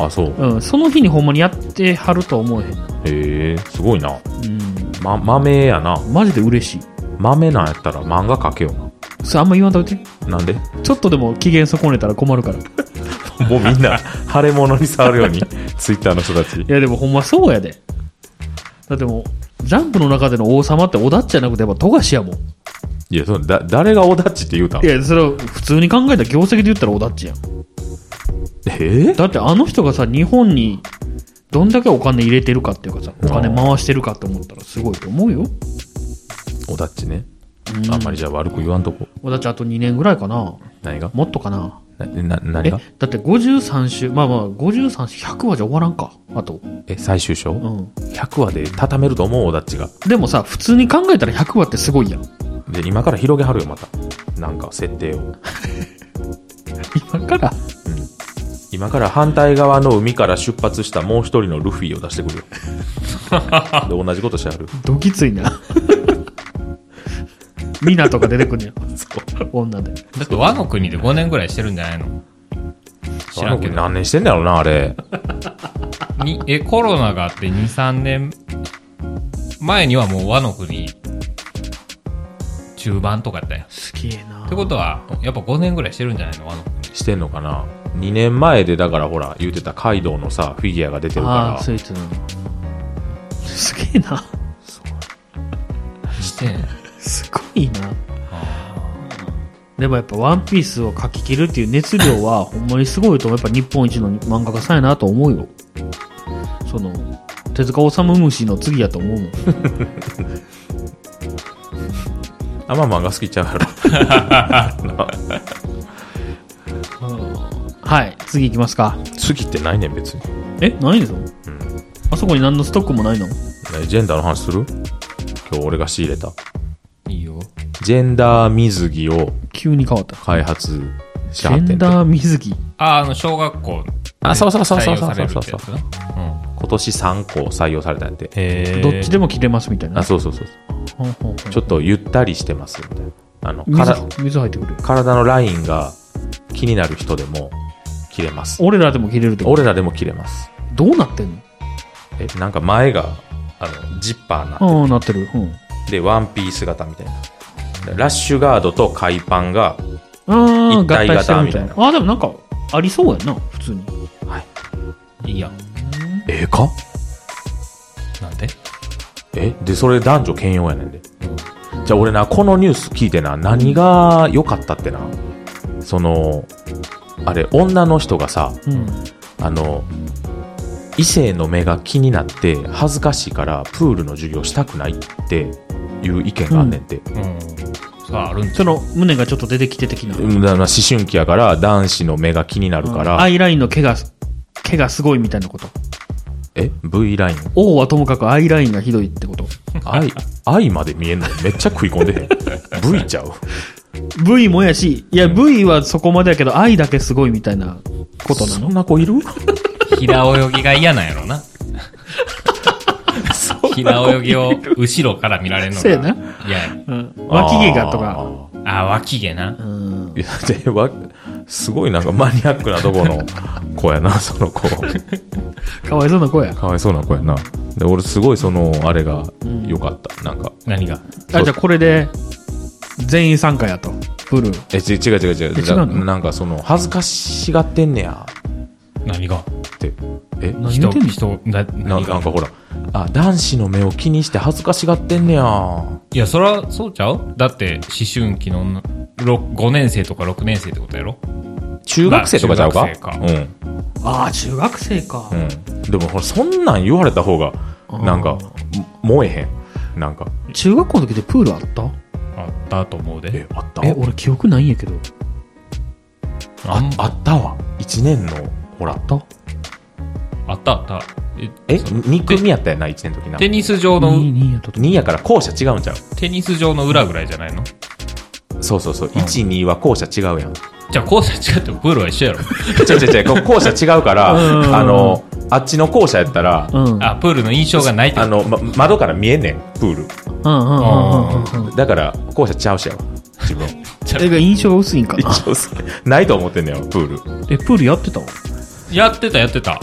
Speaker 2: あ、そう。
Speaker 1: うん、その日にほんまにやってはるとは思えへんな。
Speaker 2: へえ、すごいな。
Speaker 1: うん、
Speaker 2: ま、豆やな。
Speaker 1: マジで嬉しい。
Speaker 2: 豆なんやったら漫画描けよ
Speaker 1: それあんま言わんといて。
Speaker 2: な。なんで [LAUGHS]
Speaker 1: ちょっとでも機嫌損ねたら困るから。い
Speaker 2: もうみんな、腫れ物に触るように、ツイッターの人たち。
Speaker 1: やでもほんまそうやで。だってもう、ジャンプの中での王様って小田っちじゃなくてやっぱ富樫やもん。い
Speaker 2: いや、そのだ、誰がオダッチって言うたんえ
Speaker 1: や、それは普通に考えたら業績で言ったら小田っちやん。
Speaker 2: え
Speaker 1: だってあの人がさ、日本にどんだけお金入れてるかっていうかさ、お金回してるかって思ったらすごいと思うよ。
Speaker 2: オダッチね。
Speaker 1: うん
Speaker 2: あんまりじゃあ悪く言わんとこ。
Speaker 1: 小田っちあと2年ぐらいかな。
Speaker 2: 何が
Speaker 1: もっとかな。
Speaker 2: な、な、何
Speaker 1: え、
Speaker 2: が
Speaker 1: だって53週、まあまあ53週、100話じゃ終わらんか。あと。
Speaker 2: え、最終章
Speaker 1: うん。
Speaker 2: ?100 話で畳めると思う、オダッチが。
Speaker 1: でもさ、普通に考えたら100話ってすごいやん。
Speaker 2: で、今から広げはるよ、また。なんか、設定を。
Speaker 1: 今から。
Speaker 2: 今から反対側の海から出発したもう一人のルフィを出し
Speaker 1: [LAUGHS]
Speaker 2: てくるよ。で、同じことしてはる。
Speaker 1: どきついな。ミナとか出てくんねや。女で。
Speaker 3: だって和の国で5年ぐらいしてるんじゃないの知らんけ
Speaker 2: あの子
Speaker 3: ど。
Speaker 2: 何年してんだろうな、あれ。
Speaker 3: にえコロナがあって23年前にはもう和の国中盤とかやったんや
Speaker 1: すげえな
Speaker 3: ってことはやっぱ5年ぐらいしてるんじゃないの和の国
Speaker 2: してんのかな2年前でだからほら言うてたカイドウのさフィギュアが出てる
Speaker 1: ああ
Speaker 2: か
Speaker 1: スイーツのすげえな
Speaker 3: してん
Speaker 1: すごいなでもやっぱ「ワンピースを書き切るっていう熱量はほんまにすごいと思うやっぱ日本一の漫画家さんやなと思うよその手塚治虫虫の次やと思うも
Speaker 2: [LAUGHS]
Speaker 1: ん
Speaker 2: らあんま漫画好きちゃうやろ [LAUGHS]
Speaker 1: はい次行きますか
Speaker 2: 好きってないねん別に
Speaker 1: えないんですよ、あそこに何のストックもないの
Speaker 2: ねジェンダーの話する今日俺が仕入れた
Speaker 3: いいよ
Speaker 2: ジェンダー水着を
Speaker 1: 急に変わった
Speaker 2: 開発し
Speaker 1: ジ
Speaker 2: は
Speaker 1: ェ
Speaker 2: って
Speaker 1: ン
Speaker 2: んて
Speaker 1: ダー水着
Speaker 3: ああの小学校
Speaker 2: あそうそうそうそう
Speaker 3: 採用されるってやつ
Speaker 2: そうそうそう
Speaker 3: なうん
Speaker 2: 今年3校採用されたんやて
Speaker 3: へー
Speaker 1: どっちでも着れますみたいな
Speaker 2: あそうそうそう
Speaker 1: ほんほんほん
Speaker 2: ちょっとゆったりしてますみたいなあのから
Speaker 1: 水水入ってくる
Speaker 2: 体のラインが気になる人でも着れます
Speaker 1: 俺らでも着れるってこと
Speaker 2: 俺らでも着れます
Speaker 1: どうなってんの
Speaker 2: えなんか前があのジッパーな
Speaker 1: ああなってる、うん、
Speaker 2: でワンピース型みたいなラッシュガードと海パンが
Speaker 1: ああ合
Speaker 2: 一体
Speaker 1: 体
Speaker 2: 型
Speaker 1: してるみたい
Speaker 2: みた
Speaker 1: ないああでもなんかありそうやな普通に
Speaker 3: いいやん
Speaker 2: ええか
Speaker 3: なんで
Speaker 2: えでそれ男女兼用やねんでじゃあ俺なこのニュース聞いてな何が良かったってなそのあれ女の人がさ
Speaker 1: うん
Speaker 2: あの異性の目が気になって恥ずかしいからプールの授業したくないっていう意見があんねんて、
Speaker 3: うんさああるんちゃ
Speaker 1: その胸がちょっと出てきて的な、
Speaker 2: うんだから思春期やから男子の目が気になるから、
Speaker 1: アイラインの毛が毛がすごいみたいなこと
Speaker 2: え V ライン
Speaker 1: 王はともかくアイラインがひどいってこと
Speaker 2: I, I まで見えんのめっちゃ食い込んでへん V ちゃう
Speaker 1: V もやしいや V はそこまでやけど愛だけすごいみたいなことな
Speaker 2: そ
Speaker 1: の
Speaker 2: んな子いる
Speaker 3: う平泳ぎが嫌なんやろな平泳ぎを後ろから見られるの
Speaker 1: そうやな
Speaker 3: が嫌や
Speaker 1: うん脇毛がとか
Speaker 3: あー脇毛な
Speaker 1: うん
Speaker 2: いやでわすごいなんかマニアックなとこの子やな [LAUGHS] その子
Speaker 1: かわいそうな子や
Speaker 2: かわいそうな子やなで俺すごいそのあれが良かった、なんか
Speaker 3: 何が
Speaker 1: あじゃあこれで全員参加やとプール
Speaker 2: えち違う違う違う
Speaker 1: え違うの
Speaker 2: ななんかその恥ずかしがってんねや
Speaker 3: 何が
Speaker 2: ってえ
Speaker 1: 何言
Speaker 3: 人
Speaker 1: ってんの
Speaker 3: 人な
Speaker 2: なな
Speaker 3: 何
Speaker 2: んか
Speaker 3: が
Speaker 2: ほらあ男子の目を気にして恥ずかしがってんねや
Speaker 3: いやそれはそうちゃうだって思春期の女ろ5年生とか6年生ってことやろ
Speaker 2: 中学生とかちゃうか,、
Speaker 3: まあ中学
Speaker 1: ああ中学生か、
Speaker 2: うんうんでもほらそんなん言われた方がなんか燃えへんなんか
Speaker 1: 中学校の時でプールあった
Speaker 3: あったと思う
Speaker 2: え
Speaker 3: で
Speaker 2: あった
Speaker 1: え俺記憶ないんやけど
Speaker 3: あん
Speaker 2: あったわ1年のほら
Speaker 1: あっ
Speaker 3: あったあったえ
Speaker 2: え2組やったやな1年の時な
Speaker 3: テニス場
Speaker 1: た
Speaker 3: の
Speaker 1: 2位やったと
Speaker 2: 2やから校舎違うんちゃう
Speaker 3: テニス場の裏ぐらいじゃないの
Speaker 2: そうそうそう12は校舎違うやん違
Speaker 3: じゃあ校舎違ってもプールは一緒やろ
Speaker 2: う違う違うこう校舎違うから
Speaker 1: うん
Speaker 2: あのあっちの校舎やったら
Speaker 1: うん
Speaker 3: あプールの印象がないってこ
Speaker 2: あ
Speaker 3: と
Speaker 2: の、ま、窓から見えんねんプール
Speaker 1: うんうんうんうんうんうん
Speaker 2: だから校舎ちゃう
Speaker 1: [LAUGHS]
Speaker 2: しやわ自分
Speaker 1: え印象が薄いんかな
Speaker 2: 一応そうないと思ってんねんよプー
Speaker 1: えプールやってたわ
Speaker 3: やってたやってた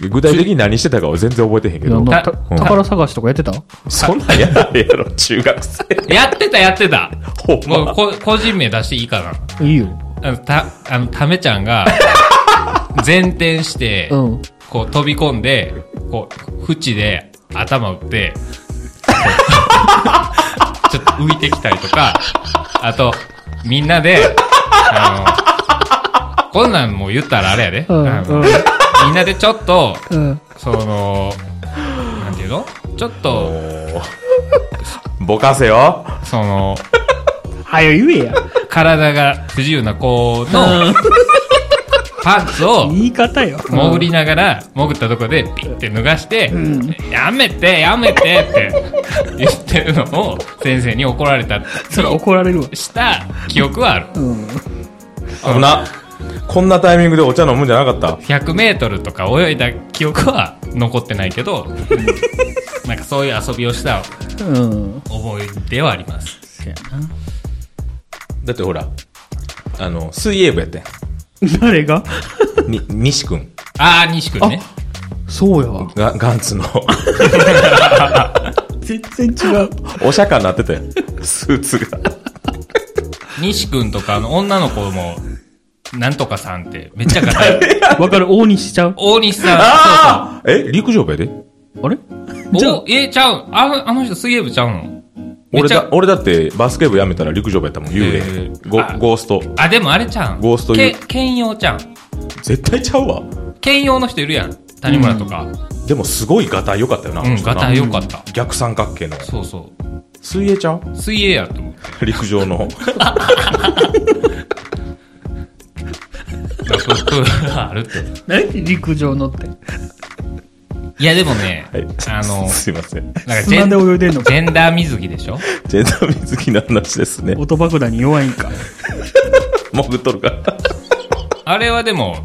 Speaker 2: ル具体的に何してたかは全然覚えてへんけ
Speaker 1: いや
Speaker 2: ど
Speaker 1: な
Speaker 3: た
Speaker 1: た宝探しとかやってた
Speaker 2: そんなんやらへんやろ中学生
Speaker 3: やってたやってた
Speaker 2: ほん
Speaker 3: もう
Speaker 2: ま
Speaker 3: こ個人名出していいか
Speaker 1: いいよ
Speaker 3: なあのたあのためちゃんが前転して、
Speaker 1: うん
Speaker 3: こう飛び込んで、こう、縁で頭打って、ちょっと浮いてきたりとか、あと、みんなで、あの、こんなんもう言ったらあれやで。
Speaker 1: うん
Speaker 3: あの
Speaker 1: うん
Speaker 3: みんなでちょっと、
Speaker 1: うん
Speaker 3: その、なんていうのちょっと、
Speaker 2: ぼかせよ
Speaker 3: その、
Speaker 1: はよ言えや
Speaker 3: 体が不自由な子の、パンツを、
Speaker 1: [LAUGHS] 言い方よ
Speaker 3: 潜りながら、潜ったとこでピッて脱がして、やめて、やめてって言ってるのを先生に怒られた、
Speaker 1: それ怒られるわ
Speaker 3: した記憶はある。
Speaker 1: うん
Speaker 2: 危なこんなタイミングでお茶飲むんじゃなかった
Speaker 3: 100メートルとか泳いだ記憶は残ってないけど、なんかそういう遊びをした
Speaker 1: うん
Speaker 3: 覚えではあります。
Speaker 1: せや
Speaker 2: だってほらあの水泳部やったやん
Speaker 1: な誰が
Speaker 2: [LAUGHS] に西君
Speaker 3: あー、西くんね。
Speaker 1: そうやわ。
Speaker 2: ガガンツの
Speaker 1: 全然違う。
Speaker 2: [LAUGHS] お釈迦になってたよスーツが
Speaker 3: 西君とか、あの、女の子も、なんとかさんって、めっちゃ硬い。
Speaker 1: [LAUGHS] わかる大西しちゃう
Speaker 3: 大西さん、
Speaker 2: ああえ陸上部やで
Speaker 1: あれ
Speaker 3: そう
Speaker 1: じゃ
Speaker 3: そう。
Speaker 1: あ
Speaker 3: お、え、ちゃう。あの、あの人水泳部ちゃうのめっ
Speaker 2: 俺
Speaker 3: ち
Speaker 2: だ
Speaker 3: ゃ、
Speaker 2: 俺だってバスケ部やめたら陸上部やったもん幽霊、
Speaker 3: へー
Speaker 2: ゴ
Speaker 3: あ
Speaker 2: ゴースト
Speaker 3: あ、でもあれちゃうん。
Speaker 2: ゴースト
Speaker 3: け
Speaker 2: ユー
Speaker 3: 兼用ちゃうん。
Speaker 2: 絶対ちゃうわ
Speaker 3: 兼用の人いるやん。谷村とか。
Speaker 2: でもすごいガタイ良かったよな、
Speaker 3: うん、
Speaker 2: ガ
Speaker 3: ガ
Speaker 2: タ
Speaker 3: タ
Speaker 2: イ
Speaker 3: イ良かった。
Speaker 2: 逆三角形の
Speaker 3: そうそ
Speaker 2: 水泳ちゃう
Speaker 3: う。水泳やと思う。
Speaker 2: 陸上の
Speaker 3: だからそういうのがあるって。
Speaker 1: 何陸上のって。
Speaker 3: いや、でもね
Speaker 2: はい、
Speaker 3: あ
Speaker 2: [LAUGHS]
Speaker 3: の、
Speaker 2: すいません
Speaker 3: なんかジ
Speaker 1: 砂
Speaker 3: ェン
Speaker 1: で泳いでんの
Speaker 3: ジェンダー水着でしょ
Speaker 2: ジェンダー水着の話ですね
Speaker 1: 音爆弾に弱いんか。
Speaker 2: 潜っとるから
Speaker 3: あれはでも、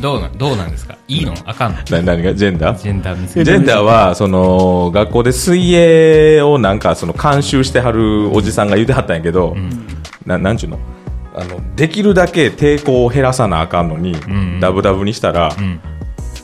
Speaker 3: どうな、どうなんですかいいのあかんの
Speaker 2: な何がジェンダ
Speaker 3: ジ
Speaker 2: ー
Speaker 3: ェンダー水
Speaker 2: ジ
Speaker 3: 着。
Speaker 2: ェンダーは、その、学校で水泳をなんか、その、監修してはるおじさんが言うてはったんやけど、ななんちゅうのあの、できるだけ抵抗を減らさなあかんのに、
Speaker 3: ん
Speaker 2: ダブダブにしたら、
Speaker 3: うん。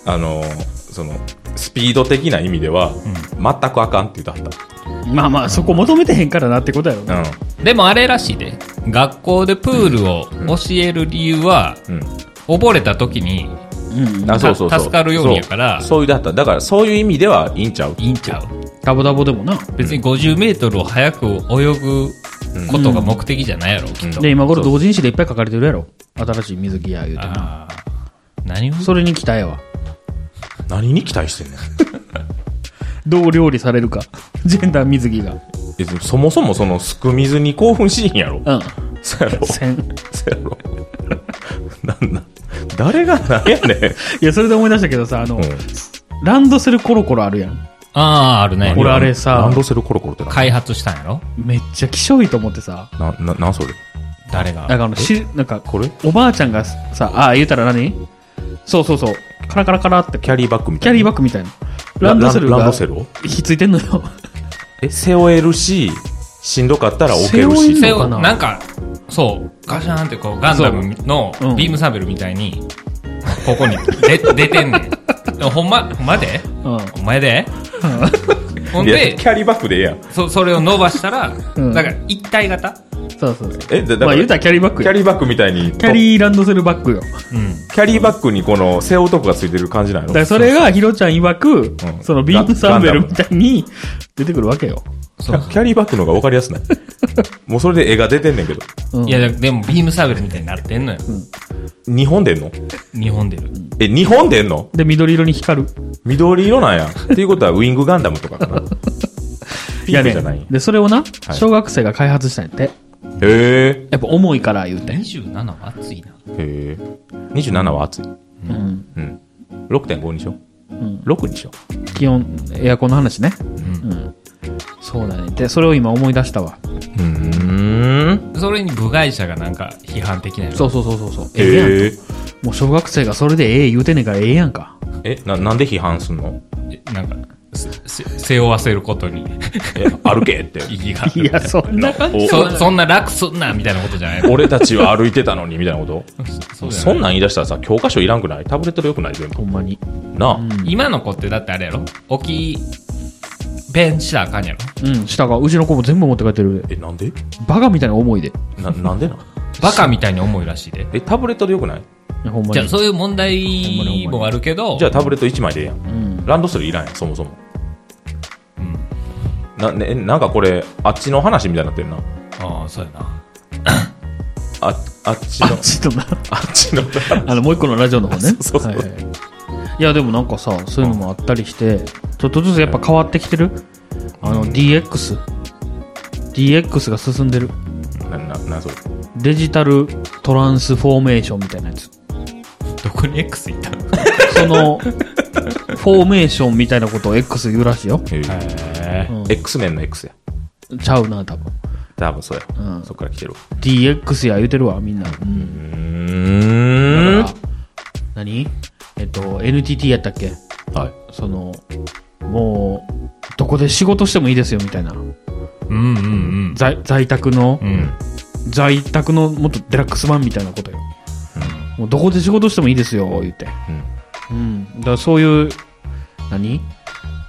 Speaker 2: あの、その、スピード的な意味では、全くあかんって言ってはっ
Speaker 1: まあまあ、そこ求めてへんからなってことやろな。
Speaker 2: た。
Speaker 3: でもあれらしいで。学校でプールを教える理由は、
Speaker 2: うん。うん。
Speaker 3: 溺れた時に、
Speaker 1: うん。
Speaker 2: あそうそうそう
Speaker 3: 助かるようにやから
Speaker 2: そうそういうだっただからそういう意味ではいいんちゃう
Speaker 3: いいんちゃう
Speaker 1: ダボダボでもな。
Speaker 3: 別に50メートルを早く泳ぐことが目的じゃないやろ、きっと。
Speaker 1: で、今頃
Speaker 2: そう
Speaker 1: 同人誌でいっぱい書かれてるやろ。新しい水着や言うてな。
Speaker 3: ああ。何を
Speaker 1: それに期待やわ。
Speaker 2: 何に期待してんねん
Speaker 1: どう料理されるか。 [LAUGHS] ジェンダー水着が。
Speaker 2: えそもそもそのすく水に興奮しいんやろ
Speaker 1: うん。
Speaker 2: そうやろ
Speaker 1: せん。
Speaker 2: そうやろなんなん誰がなんやねん
Speaker 1: いや、それで思い出したけどさ、あの、ランドセルコロコロあるやん。
Speaker 3: ああ、あるね。
Speaker 1: [LAUGHS] 俺あれさ
Speaker 2: ランドセルコロコロって
Speaker 3: 開発したんやろ
Speaker 1: めっちゃ希少いと思ってさ。
Speaker 2: ななななんそれ
Speaker 3: 誰
Speaker 1: なん
Speaker 3: が。
Speaker 1: かあの、し、なんか、
Speaker 2: これ
Speaker 1: おばあちゃんがさ、ああ、言うたら何そうそうそう。カラカラカラって、キ
Speaker 2: キャリーバッグみたいな
Speaker 1: ャリーバッグみたいな。ランドセル
Speaker 2: ララ
Speaker 1: が、
Speaker 2: ンドセルを
Speaker 1: ひっついてんのよ。 [LAUGHS]
Speaker 2: え背負えるししんどかったら置ける
Speaker 1: 背負え
Speaker 2: し
Speaker 1: る
Speaker 3: 背
Speaker 1: そうか
Speaker 3: 負
Speaker 1: な
Speaker 3: なんか、そう、ガシャーンってこう、ガンダムの
Speaker 1: そううん
Speaker 3: ビームサーベルみたいに、ここにで [LAUGHS] 出てんねん。でもほんま、ほんまで
Speaker 1: うん。
Speaker 3: お前でほん
Speaker 2: いや
Speaker 3: で
Speaker 2: キ、ャリーバッグでええやん
Speaker 3: そそれを伸ばしたら、
Speaker 1: うん
Speaker 3: だから一体型
Speaker 1: そうそうそう。
Speaker 2: えだだから
Speaker 1: まあ言うたらキャリーバッグ
Speaker 2: キ
Speaker 1: よ。
Speaker 2: ャリーバッグみたいに
Speaker 1: キャリーランドセルバッグよ。だ
Speaker 3: うん。
Speaker 2: キャリーバッグにこの背負うとこがついてる感じなの
Speaker 1: からそれがヒロちゃん曰く、
Speaker 2: うん
Speaker 1: そのビームサーベルみたいに出てくるわけよ。
Speaker 2: キャキャリーバッグの方が分かりやすない
Speaker 1: [LAUGHS]
Speaker 2: もうそれで絵が出てんねんけど
Speaker 1: うん、
Speaker 3: いや、でもビームサーベルみたいになってんのよ。
Speaker 2: 日本でんの
Speaker 3: 日本でる。
Speaker 2: え日本でんの
Speaker 1: で、緑色に光る。
Speaker 2: 緑色なんやっていうことはウィングガンダムとか
Speaker 1: [LAUGHS]
Speaker 2: かなピンクじゃないんや
Speaker 1: で、それをな、小学生が開発したんやって。
Speaker 2: へえ
Speaker 1: やっぱ重いから言うて。
Speaker 3: 27は熱いな。
Speaker 2: へえ27は暑い
Speaker 1: うん。
Speaker 2: うん6.5にしよう、6にしよ
Speaker 1: 気温、エアコンの話ね。
Speaker 3: ん
Speaker 1: うん。そうだね。で、それを今思い出したわ。
Speaker 2: ううーん
Speaker 3: それに部外者がなんか批判的なや
Speaker 1: そうそうそうそうそう。ええやん
Speaker 2: へえ
Speaker 1: もう小学生がそれでええ言うてんねえからええやんか。
Speaker 2: えななんで批判すんの
Speaker 3: つ。なんか、せせ背負わせることに [LAUGHS]
Speaker 2: え歩けって [LAUGHS]
Speaker 3: 意義があ
Speaker 1: い
Speaker 3: る。
Speaker 1: や、そんな感じ。
Speaker 3: そそんな楽すんなみたいなことじゃ [LAUGHS] ない
Speaker 2: 俺たちは歩いてたのにみたいなこと
Speaker 3: そじゃ
Speaker 2: そ
Speaker 3: ない
Speaker 2: んなん言い出したらさ教科書いらんくないタブレットでよくない全部
Speaker 1: ほんまに。
Speaker 2: なあ、
Speaker 3: 今の子ってだってあれやろ置き弁したらあかんやろ
Speaker 1: うん、下が、うちの子も全部持って帰ってる。
Speaker 2: えなんで
Speaker 1: バカみたいな思いで。い
Speaker 2: ななんでなん
Speaker 3: バカみたいに重いらしいで。
Speaker 2: えタブレットでよくない
Speaker 1: やほんま
Speaker 3: じゃあ
Speaker 1: に。
Speaker 3: そういう問題もあるけど
Speaker 2: じゃ、あタブレット1枚でええやん
Speaker 1: うん。
Speaker 2: ランドセルいらんやんそもそも
Speaker 3: うん、
Speaker 2: な,、ね、なんかこれあっちの話みたいになってるな
Speaker 3: ああ、そうやな。
Speaker 2: ああっち
Speaker 1: あ
Speaker 2: の
Speaker 1: っちとな。
Speaker 2: あっちの [LAUGHS]
Speaker 1: あの、もう一個のラジオの方ね。
Speaker 2: そうそうそう
Speaker 1: はいはいいや、でもなんかさ、そういうのもあったりして、ちょっとずつやっぱ変わってきてる。あの、DX。DX が進んでる。
Speaker 2: なななそれ
Speaker 1: デジタルトランスフォーメーションみたいなやつ。
Speaker 3: どこに X いたの
Speaker 1: そ
Speaker 2: [LAUGHS]
Speaker 1: の、フォーメーションみたいなことを X 言うらしいよ。
Speaker 2: へえ
Speaker 3: へ
Speaker 1: うん
Speaker 2: X メンの X や
Speaker 1: ちゃうな、多分。
Speaker 2: 多分そうや、
Speaker 1: うん
Speaker 2: そっから来てるわ
Speaker 1: DX や言うてるわ、みんな。うん。だか
Speaker 2: うーん
Speaker 1: ら、何えっと、NTT やったっけ
Speaker 2: はい
Speaker 1: その、もう、どこで仕事してもいいですよ、みたいな。
Speaker 3: うんうん
Speaker 1: 在在宅の、
Speaker 3: うん。うん。
Speaker 1: 在宅のもっとデラックス版みたいなことよ。もうどこで仕事してもいいですよ、言って。
Speaker 2: うん
Speaker 1: うん、だからそういう何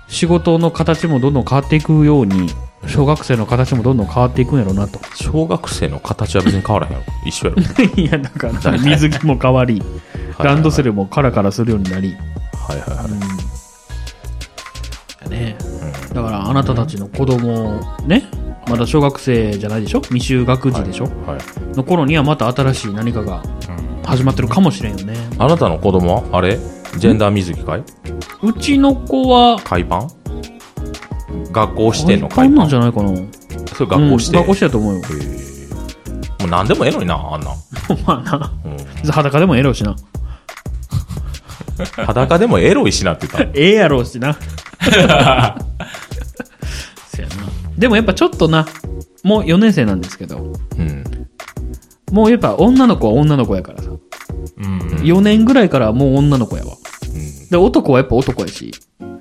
Speaker 1: 仕事の形もどんどん変わっていくように小学生の形もどんどん変わっていくんやろうなと
Speaker 2: 小学生の形は別に変わらへんやろ。 [LAUGHS] 一緒や
Speaker 1: [LAUGHS]
Speaker 2: ろ。
Speaker 1: いやだから水着も変わりランドセルもカラカラするようになり、
Speaker 2: はいはいはい。
Speaker 1: うん、ねだからあなたたちの子供ねまだ小学生じゃないでしょ未就学児でしょ、
Speaker 2: はい、
Speaker 1: の頃にはまた新しい何かが
Speaker 3: うん
Speaker 1: 始まってるかもしれんよね
Speaker 2: あなたの子供はあれジェンダー水着かいう
Speaker 1: ちの子は
Speaker 2: 海パン学校指
Speaker 1: 海
Speaker 2: 定の
Speaker 1: パ
Speaker 2: 海
Speaker 1: ン
Speaker 2: パ
Speaker 1: な
Speaker 2: ン
Speaker 1: んじゃないかな学
Speaker 2: それ学校指定、
Speaker 1: 学校指定だと思うよ
Speaker 2: もう何でもええのになあんなん、
Speaker 1: まあな
Speaker 2: うん
Speaker 1: 裸でもエロいしな
Speaker 2: 裸でもエロいしなって言っ
Speaker 1: ええやろうし [LAUGHS] な。そやな。でもやっぱちょっとな、もう4年生なんですけど、
Speaker 2: た、うん、
Speaker 1: もうやっぱ女の子は女の子やからさ。
Speaker 3: うん
Speaker 1: 4年ぐらいからはもう女の子やわ。で、男はやっぱ男やし、
Speaker 3: うん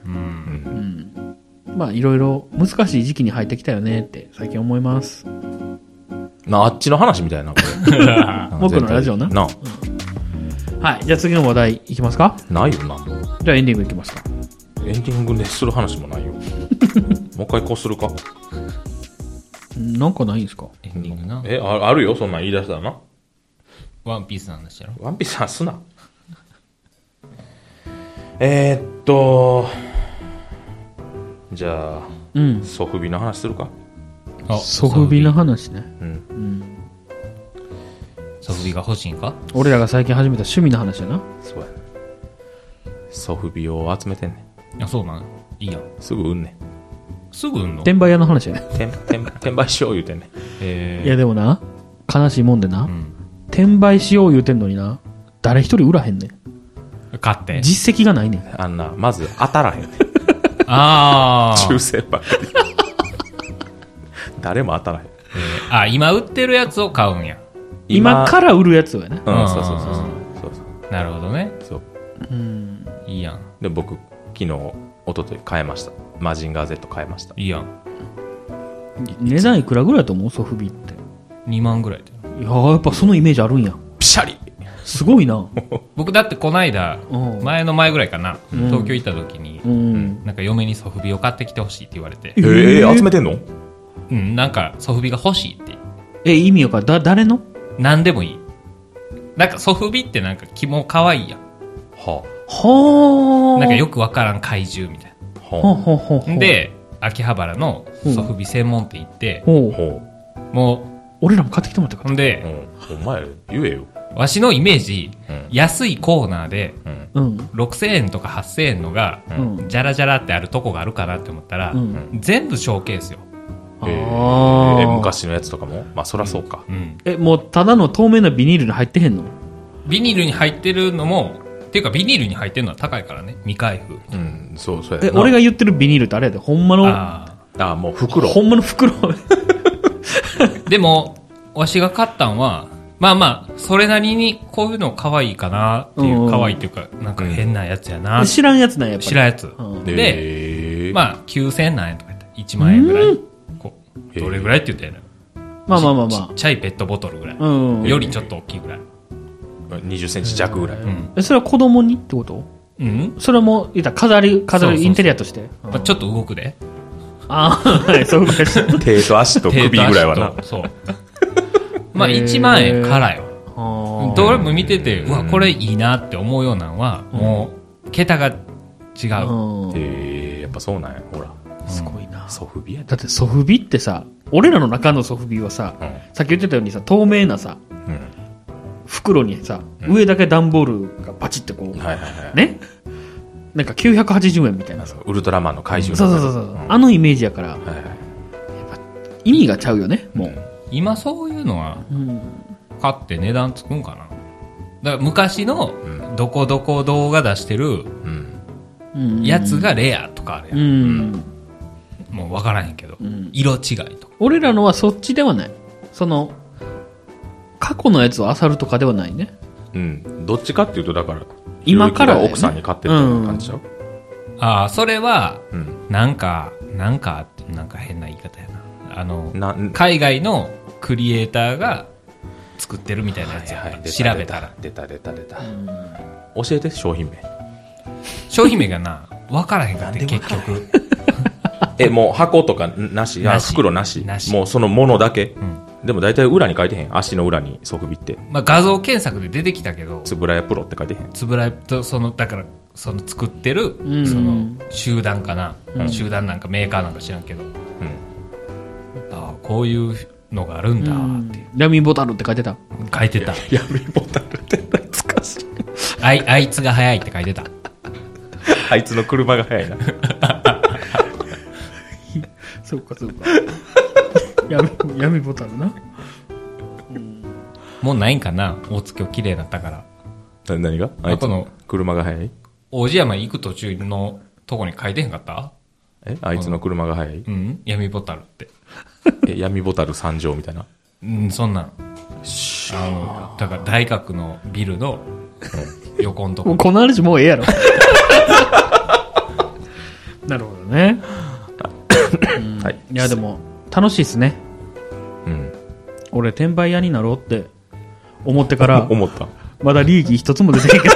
Speaker 1: うん。まあいろいろ難しい時期に入ってきたよねって最近思います。
Speaker 2: なあっちの話みたいなこれ
Speaker 3: [LAUGHS]
Speaker 2: うん
Speaker 1: 僕のラジオな
Speaker 2: 絶対
Speaker 1: はい。じゃあ次の話題いきますか
Speaker 2: なないよな
Speaker 1: じゃあエンディングいきますか。
Speaker 2: エンディングでする話もな
Speaker 1: [LAUGHS]
Speaker 2: いよもう一回こうするか
Speaker 1: んなんかないんですか
Speaker 3: エンディングな
Speaker 2: えああるよそんなん言い出したらな
Speaker 3: ワンピースの話やろ
Speaker 2: ワンピースはすな。えーっと、じゃあ、
Speaker 1: うん。
Speaker 2: ソフビの話するか。
Speaker 3: あ
Speaker 1: ソフビの話ね。
Speaker 2: うん。
Speaker 3: ソフビが欲しいんか
Speaker 1: 俺らが最近始めた趣味の話やな。
Speaker 2: そうやね。ソフビを集めてんね
Speaker 3: いやそうなんいいやん
Speaker 2: ん。すぐ売んね
Speaker 3: すぐ売んの
Speaker 1: 転売屋の話やね。
Speaker 2: ん。転転転売しよう言うてんねん。
Speaker 1: い
Speaker 3: え
Speaker 1: やでもな、悲しいもんでな、
Speaker 3: ん
Speaker 1: 転売しよう言うてんのにな、誰一人売らへんねん。
Speaker 3: ー買って
Speaker 1: 実績がないねん。
Speaker 2: あんな、まず当たらへんねん。
Speaker 3: あ
Speaker 1: [LAUGHS]
Speaker 3: ー
Speaker 2: 抽選ばっかり。 [LAUGHS] 誰も当たらへん。
Speaker 3: あ今売ってるやつを買うんや
Speaker 1: 今から売るやつをやな。
Speaker 2: うん、そうそうそうそう
Speaker 3: う。
Speaker 2: そうそう
Speaker 3: なるほどね
Speaker 2: そう
Speaker 1: うん。
Speaker 3: いいやん
Speaker 2: で、僕、昨日、一昨日買えました。マジンガー Z 買えました。
Speaker 3: いいやん
Speaker 1: 値段いくらぐらいだと思うソフビって。
Speaker 3: 2万ぐらいだよ
Speaker 1: いやーやっぱそのイメージあるんや。
Speaker 2: ピシャリ
Speaker 1: すごい
Speaker 3: [LAUGHS]
Speaker 1: な。
Speaker 3: 僕だってこないだ
Speaker 1: うん
Speaker 3: 前の前ぐらいかな、
Speaker 1: ん
Speaker 3: 東京行った時に、
Speaker 1: うん。
Speaker 3: なんか嫁にソフビを買ってきてほしいって言われて、
Speaker 2: ええ
Speaker 1: えー
Speaker 2: 集めてんの
Speaker 3: うん、なんかソフビが欲しいって
Speaker 1: え、意味わかるだ、誰の
Speaker 3: 何でもいいなんかソフビってなんか気も可愛いやん
Speaker 2: は
Speaker 1: はあ。
Speaker 3: なんかよくわからん怪獣みたい
Speaker 2: あ、はあ、
Speaker 1: ほうほうほうほ
Speaker 3: な
Speaker 1: う。、
Speaker 3: で秋葉原のソフビ専門店行って、
Speaker 1: ほう。
Speaker 2: ほ
Speaker 3: も
Speaker 1: 俺らも買ってきてもらった
Speaker 3: うほ
Speaker 1: か
Speaker 3: ん
Speaker 2: う、う
Speaker 3: で、
Speaker 2: ん、お前、言えよ。
Speaker 3: わしのイメージ、
Speaker 2: うん
Speaker 3: 安いコーナーで
Speaker 2: うん、
Speaker 1: ら。うん。
Speaker 3: 6000円とか8000円のが、
Speaker 1: うん
Speaker 3: じゃらじゃらってあるとこがあるかなって思ったら、
Speaker 1: うん。
Speaker 3: 全部ショーケースよ、
Speaker 1: あ
Speaker 2: え
Speaker 1: ー
Speaker 2: え昔のやつとかも、まあ、そらそうか。
Speaker 3: うん、
Speaker 1: え、もうただの透明なビニールに入ってへんの
Speaker 3: ビニールに入ってるのもっていうかビニールに入ってるのは高いからね未開封
Speaker 2: うん、そう、そうや
Speaker 1: え、
Speaker 2: な
Speaker 1: 俺が言ってるビニールってあれやで、ほんまの、
Speaker 3: あ
Speaker 2: あ、もう袋。
Speaker 1: ほんまの袋。
Speaker 3: ーでもわしが買ったんはまあまあそれなりにこういうの可愛いかなってい
Speaker 1: うんう
Speaker 3: うん可愛いっていうかなんか変なやつやな
Speaker 1: [LAUGHS] 知らんやつなんや、やっぱり。
Speaker 3: 知らんやつ
Speaker 1: うん
Speaker 2: え
Speaker 3: で
Speaker 2: え
Speaker 3: まあ9000何円とか言って1万円ぐらいこうどれぐらいって言ったや
Speaker 1: まあまあまあ
Speaker 3: ろ
Speaker 1: ま
Speaker 3: ちっちゃいペットボトルぐらい
Speaker 1: あ。うん。
Speaker 3: よりちょっと大きいぐらい
Speaker 2: 20センチ弱ぐらい。
Speaker 3: うん
Speaker 1: えそれは子供にってこと
Speaker 3: うん
Speaker 1: それも、言ったら飾り、飾
Speaker 3: そうそう
Speaker 1: る
Speaker 3: そう
Speaker 1: インテリアとして。
Speaker 3: まあちょっと動くで
Speaker 1: ああ、はい、そういうこと
Speaker 3: [LAUGHS]
Speaker 1: です。
Speaker 2: 手と足と首ぐらいはな
Speaker 3: 手。と足とそう [LAUGHS] まあ1万円からよ
Speaker 1: あ
Speaker 3: どれも見てて、うわ、これいいなって思うようなんは、もう、桁が違
Speaker 1: あ。
Speaker 3: う。
Speaker 1: うん。
Speaker 2: ええやっぱそうなんや。ほら、
Speaker 1: すごいな。
Speaker 2: ソフビやで。
Speaker 1: だって、ソフビってさ、俺らの中のソフビはさ、
Speaker 2: うん
Speaker 1: さっき言ってたようにさ、透明なさ、
Speaker 2: うん。
Speaker 1: 袋にさ、上だけ段ボールがバチってこう、
Speaker 2: はいはいはい。
Speaker 1: ねなんか980円みたいなさ。
Speaker 2: ウルトラマンの怪獣
Speaker 1: そう
Speaker 2: の
Speaker 1: そ
Speaker 2: や
Speaker 1: う
Speaker 2: つ
Speaker 1: そうそう。あのイメージやから、
Speaker 2: んはいはい。
Speaker 1: 意味がちゃうよね、も
Speaker 3: 今そういうのは、
Speaker 1: う。うん。
Speaker 3: 買って値段つくんかな。だから昔の、どこどこ動画出してる
Speaker 2: うん。
Speaker 1: うん
Speaker 3: やつがレアとかあるや。
Speaker 1: うんん。
Speaker 3: もうわからへんけど
Speaker 1: ん。
Speaker 3: 色違いとか。
Speaker 1: 俺らのはそっちではない。その、過去のやつを漁るとかではないね。
Speaker 2: うん。どっちかっていうと、だから、
Speaker 1: 今からだよね
Speaker 2: 奥さんに買ってるみたいな感じちゃう
Speaker 3: ああ、それは、
Speaker 2: うん。
Speaker 3: なんか、なんかって、なんか変な言い方やな。あの、
Speaker 2: な、
Speaker 3: 海外のクリエイターが作ってるみたいなやつ
Speaker 2: は
Speaker 3: や
Speaker 2: いはい
Speaker 3: ん
Speaker 2: 出
Speaker 3: 調べたら。
Speaker 2: 出た出た出た。教えて、商品名。
Speaker 3: 商品名がな、分からへんかって、結局。
Speaker 2: え、もう箱とかなし、あ
Speaker 3: なし
Speaker 2: 袋なし
Speaker 3: なし
Speaker 2: もうそのものだけ。
Speaker 3: ん
Speaker 2: でも大体裏に書いてへん。足の裏にソフビって。
Speaker 3: まあ、画像検索で出てきたけど、
Speaker 2: つぶらやプロって書いてへん。
Speaker 3: つぶらいと、その、だから、その作ってる、
Speaker 1: ん
Speaker 3: その、集団かな、
Speaker 2: ん
Speaker 3: 集団なんかメーカーなんか知らんけど、
Speaker 2: うん。
Speaker 3: ああ、こういうのがあるんだって
Speaker 1: ラミボタルって書いてた。
Speaker 3: 書いてた。
Speaker 2: 闇ボタルって懐かしい。
Speaker 3: あいあいつが早いって書いてた。
Speaker 2: あいつの車が速いな。
Speaker 1: そうか、そうか。闇、闇ボタルな。
Speaker 3: もうないんかな大月今日綺麗だったから。
Speaker 2: な何があいつ
Speaker 3: こ
Speaker 2: の
Speaker 3: の
Speaker 2: 車が速い
Speaker 3: 王子山行く途中のとこに書いてへんかった
Speaker 2: えあいつの車が速い
Speaker 3: うん闇ボタルって。
Speaker 2: え闇ボタル三条みたいな。
Speaker 3: うん、そんなん。あの、だから大学のビルの横のと
Speaker 1: もう [LAUGHS]
Speaker 3: こ。
Speaker 1: この話もうええやろ。 [LAUGHS] なるほどね。
Speaker 2: はい。
Speaker 1: いや、でも、楽しいっすね。
Speaker 2: うん。
Speaker 1: 俺、転売屋になろうって思って [LAUGHS] から、
Speaker 2: 思った。
Speaker 1: まだ利益一 [LAUGHS] つも出てへんけど、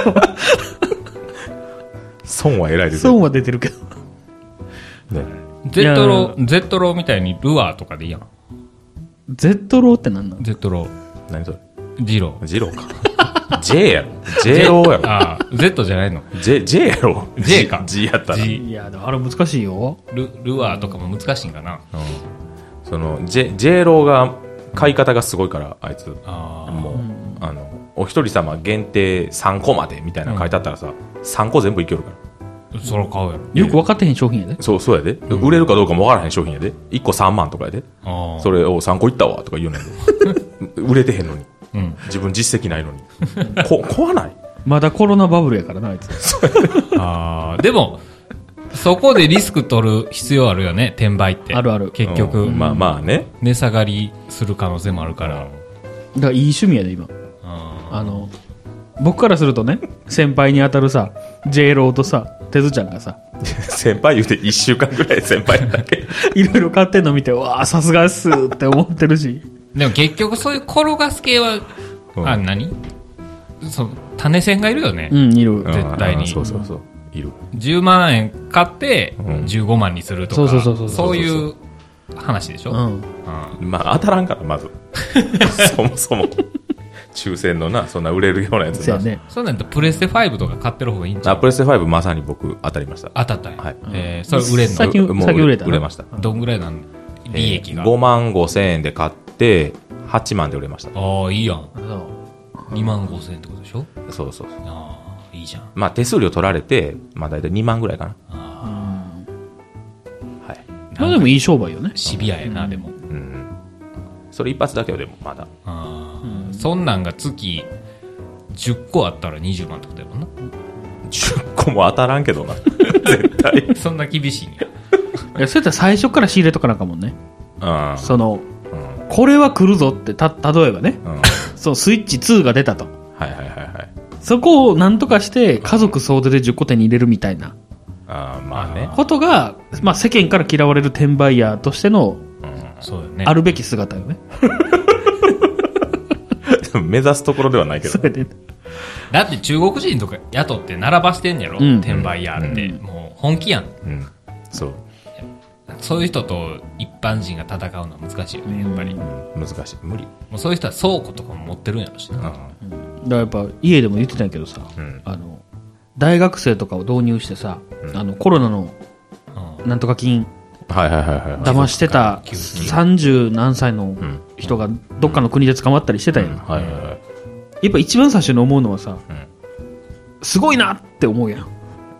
Speaker 2: 損は偉いです
Speaker 1: 損は出てるけど。
Speaker 2: ね。
Speaker 3: ゼットロ
Speaker 1: い
Speaker 3: ー、ゼットローみたいにルアーとかでいいやん。
Speaker 1: Z ローってなんなの
Speaker 3: ゼットロー、
Speaker 2: 何それ
Speaker 3: ジロー。
Speaker 2: ジローか。J やろ。J ローやろ。
Speaker 3: あ [LAUGHS] あ、Z じゃないの。
Speaker 2: J、J やろ。
Speaker 3: J か
Speaker 2: G やったら。
Speaker 3: G
Speaker 1: いや、でもあれ難しいよ。
Speaker 3: ル、ルアーとかも難しいんかな。
Speaker 2: その、J、J ローが、買い方がすごいから、あいつ。
Speaker 3: あ
Speaker 2: もう、あの、お一人様限定3個までみたいなの書いてあったらさ、3個全部いけるから。
Speaker 3: あ、そら買うやん。
Speaker 1: よく分かってへん商品やで。
Speaker 2: そう、そうやで。売れるかどうかもわからへん商品やで。1個3万とかやで。
Speaker 3: ああ。
Speaker 2: それを3個いったわとか言うねんで。売 [LAUGHS] れてへんのに。
Speaker 3: うん。
Speaker 2: 自分実績ないのに。こ、怖ない
Speaker 1: まだコロナバブルやからな、あいつ。
Speaker 3: あーでも、そこでリスク取る必要あるよね、転売って。
Speaker 1: あるある
Speaker 3: 結局、
Speaker 2: うんまあまあね。
Speaker 3: 値下がりする可能性もあるから。
Speaker 1: だからいい趣味やで今
Speaker 3: あ
Speaker 1: あの僕からするとね先輩に当たるさ J ローとさてずちゃんがさ
Speaker 2: [LAUGHS] 先輩言うて1週間ぐらい先輩だ
Speaker 1: [LAUGHS]
Speaker 2: け。
Speaker 1: いろいろ買ってんの見てわあさすがっすって思ってるし
Speaker 3: ーでも結局そういう転がす系は、
Speaker 2: うん
Speaker 3: あ、何その、種銭がいるよね。
Speaker 1: [LAUGHS] うんいる
Speaker 3: ん絶対に
Speaker 2: あーそうそうそう。いる。
Speaker 3: 10万円買って、
Speaker 2: ん
Speaker 3: 15万にすると
Speaker 1: そう
Speaker 3: か、
Speaker 1: そうそうそうそう
Speaker 3: いう話でしょ、
Speaker 1: うん
Speaker 3: あ
Speaker 2: まあ当たらんから、まず。 [LAUGHS] そもそも。抽選のな、そんな売れるようなやつ
Speaker 1: そう
Speaker 2: な
Speaker 1: やね
Speaker 3: ーそうなんだプレステ5とか買ってる方がいいんじゃ
Speaker 2: あ、
Speaker 3: ん
Speaker 2: プレステ5まさに僕当たりました。
Speaker 3: 当たったんや
Speaker 2: はい
Speaker 3: えーそれ売れん
Speaker 1: 最
Speaker 3: の
Speaker 1: 近
Speaker 2: うもう
Speaker 1: 先売れたな
Speaker 2: 売れました。
Speaker 3: どんぐらいなん利益が。
Speaker 2: えー5万5千円で買って、8万で売れました。
Speaker 3: ああ、いいやん。
Speaker 1: そう
Speaker 3: 2万5千円ってことでしょ
Speaker 2: そうそうそう。
Speaker 3: ああ、いいじゃん。
Speaker 2: まあ手数料取られて、まあ大体2万ぐらいかな。はい。
Speaker 1: まあでもいい商売よね
Speaker 3: シビアやな、でも。
Speaker 2: うん。それ一発だけよ、でもまだ。
Speaker 3: ああ、そんなんが月10個あったら20万ってことやもんな。
Speaker 2: 10個も当たらんけどな。絶対。
Speaker 3: そんな厳しいんや。
Speaker 1: いやそうやったら最初から仕入れとかなんかもんね
Speaker 2: うん。
Speaker 1: その
Speaker 2: うん。
Speaker 1: これは来るぞってた例えばね
Speaker 2: うん。
Speaker 1: そうスイッチ2が出たと
Speaker 2: はいはいはいはい。
Speaker 1: そこをなんとかして家族総出で10個手に入れるみたいな
Speaker 2: あーまあね。
Speaker 1: ことが、まあ、世間から嫌われる転売ヤーとしての
Speaker 3: そうよね。
Speaker 1: あるべき姿よね。
Speaker 2: [LAUGHS] 目指すところではないけ
Speaker 1: そ
Speaker 2: ど。
Speaker 1: れで。
Speaker 3: だって中国人とか雇って並ばしてんやろ、
Speaker 1: うん
Speaker 3: 転売屋って。もう本気やん。
Speaker 2: うん。そう。
Speaker 3: そういう人と一般人が戦うのは難しいよね、やっぱり。も
Speaker 2: うん難しい。無理。
Speaker 3: うそういう人は倉庫とかも持ってるんやろし
Speaker 2: う
Speaker 3: な。
Speaker 1: だ
Speaker 2: ん。
Speaker 1: からやっぱ家でも言ってたんやけどさ、
Speaker 2: うん
Speaker 1: あの、大学生とかを導入してさ、あの、コロナの
Speaker 3: うん
Speaker 1: なんとか金、
Speaker 2: はいはいはいはい。
Speaker 1: 騙してた
Speaker 3: 給付
Speaker 1: 30何歳の
Speaker 2: ん
Speaker 1: 人がどっかの国で捕まったりしてたやん。や
Speaker 2: はいはいはい。
Speaker 1: っぱ一番最初に思うのはさ、
Speaker 2: ん
Speaker 1: すごいなって思うやん。 [LAUGHS]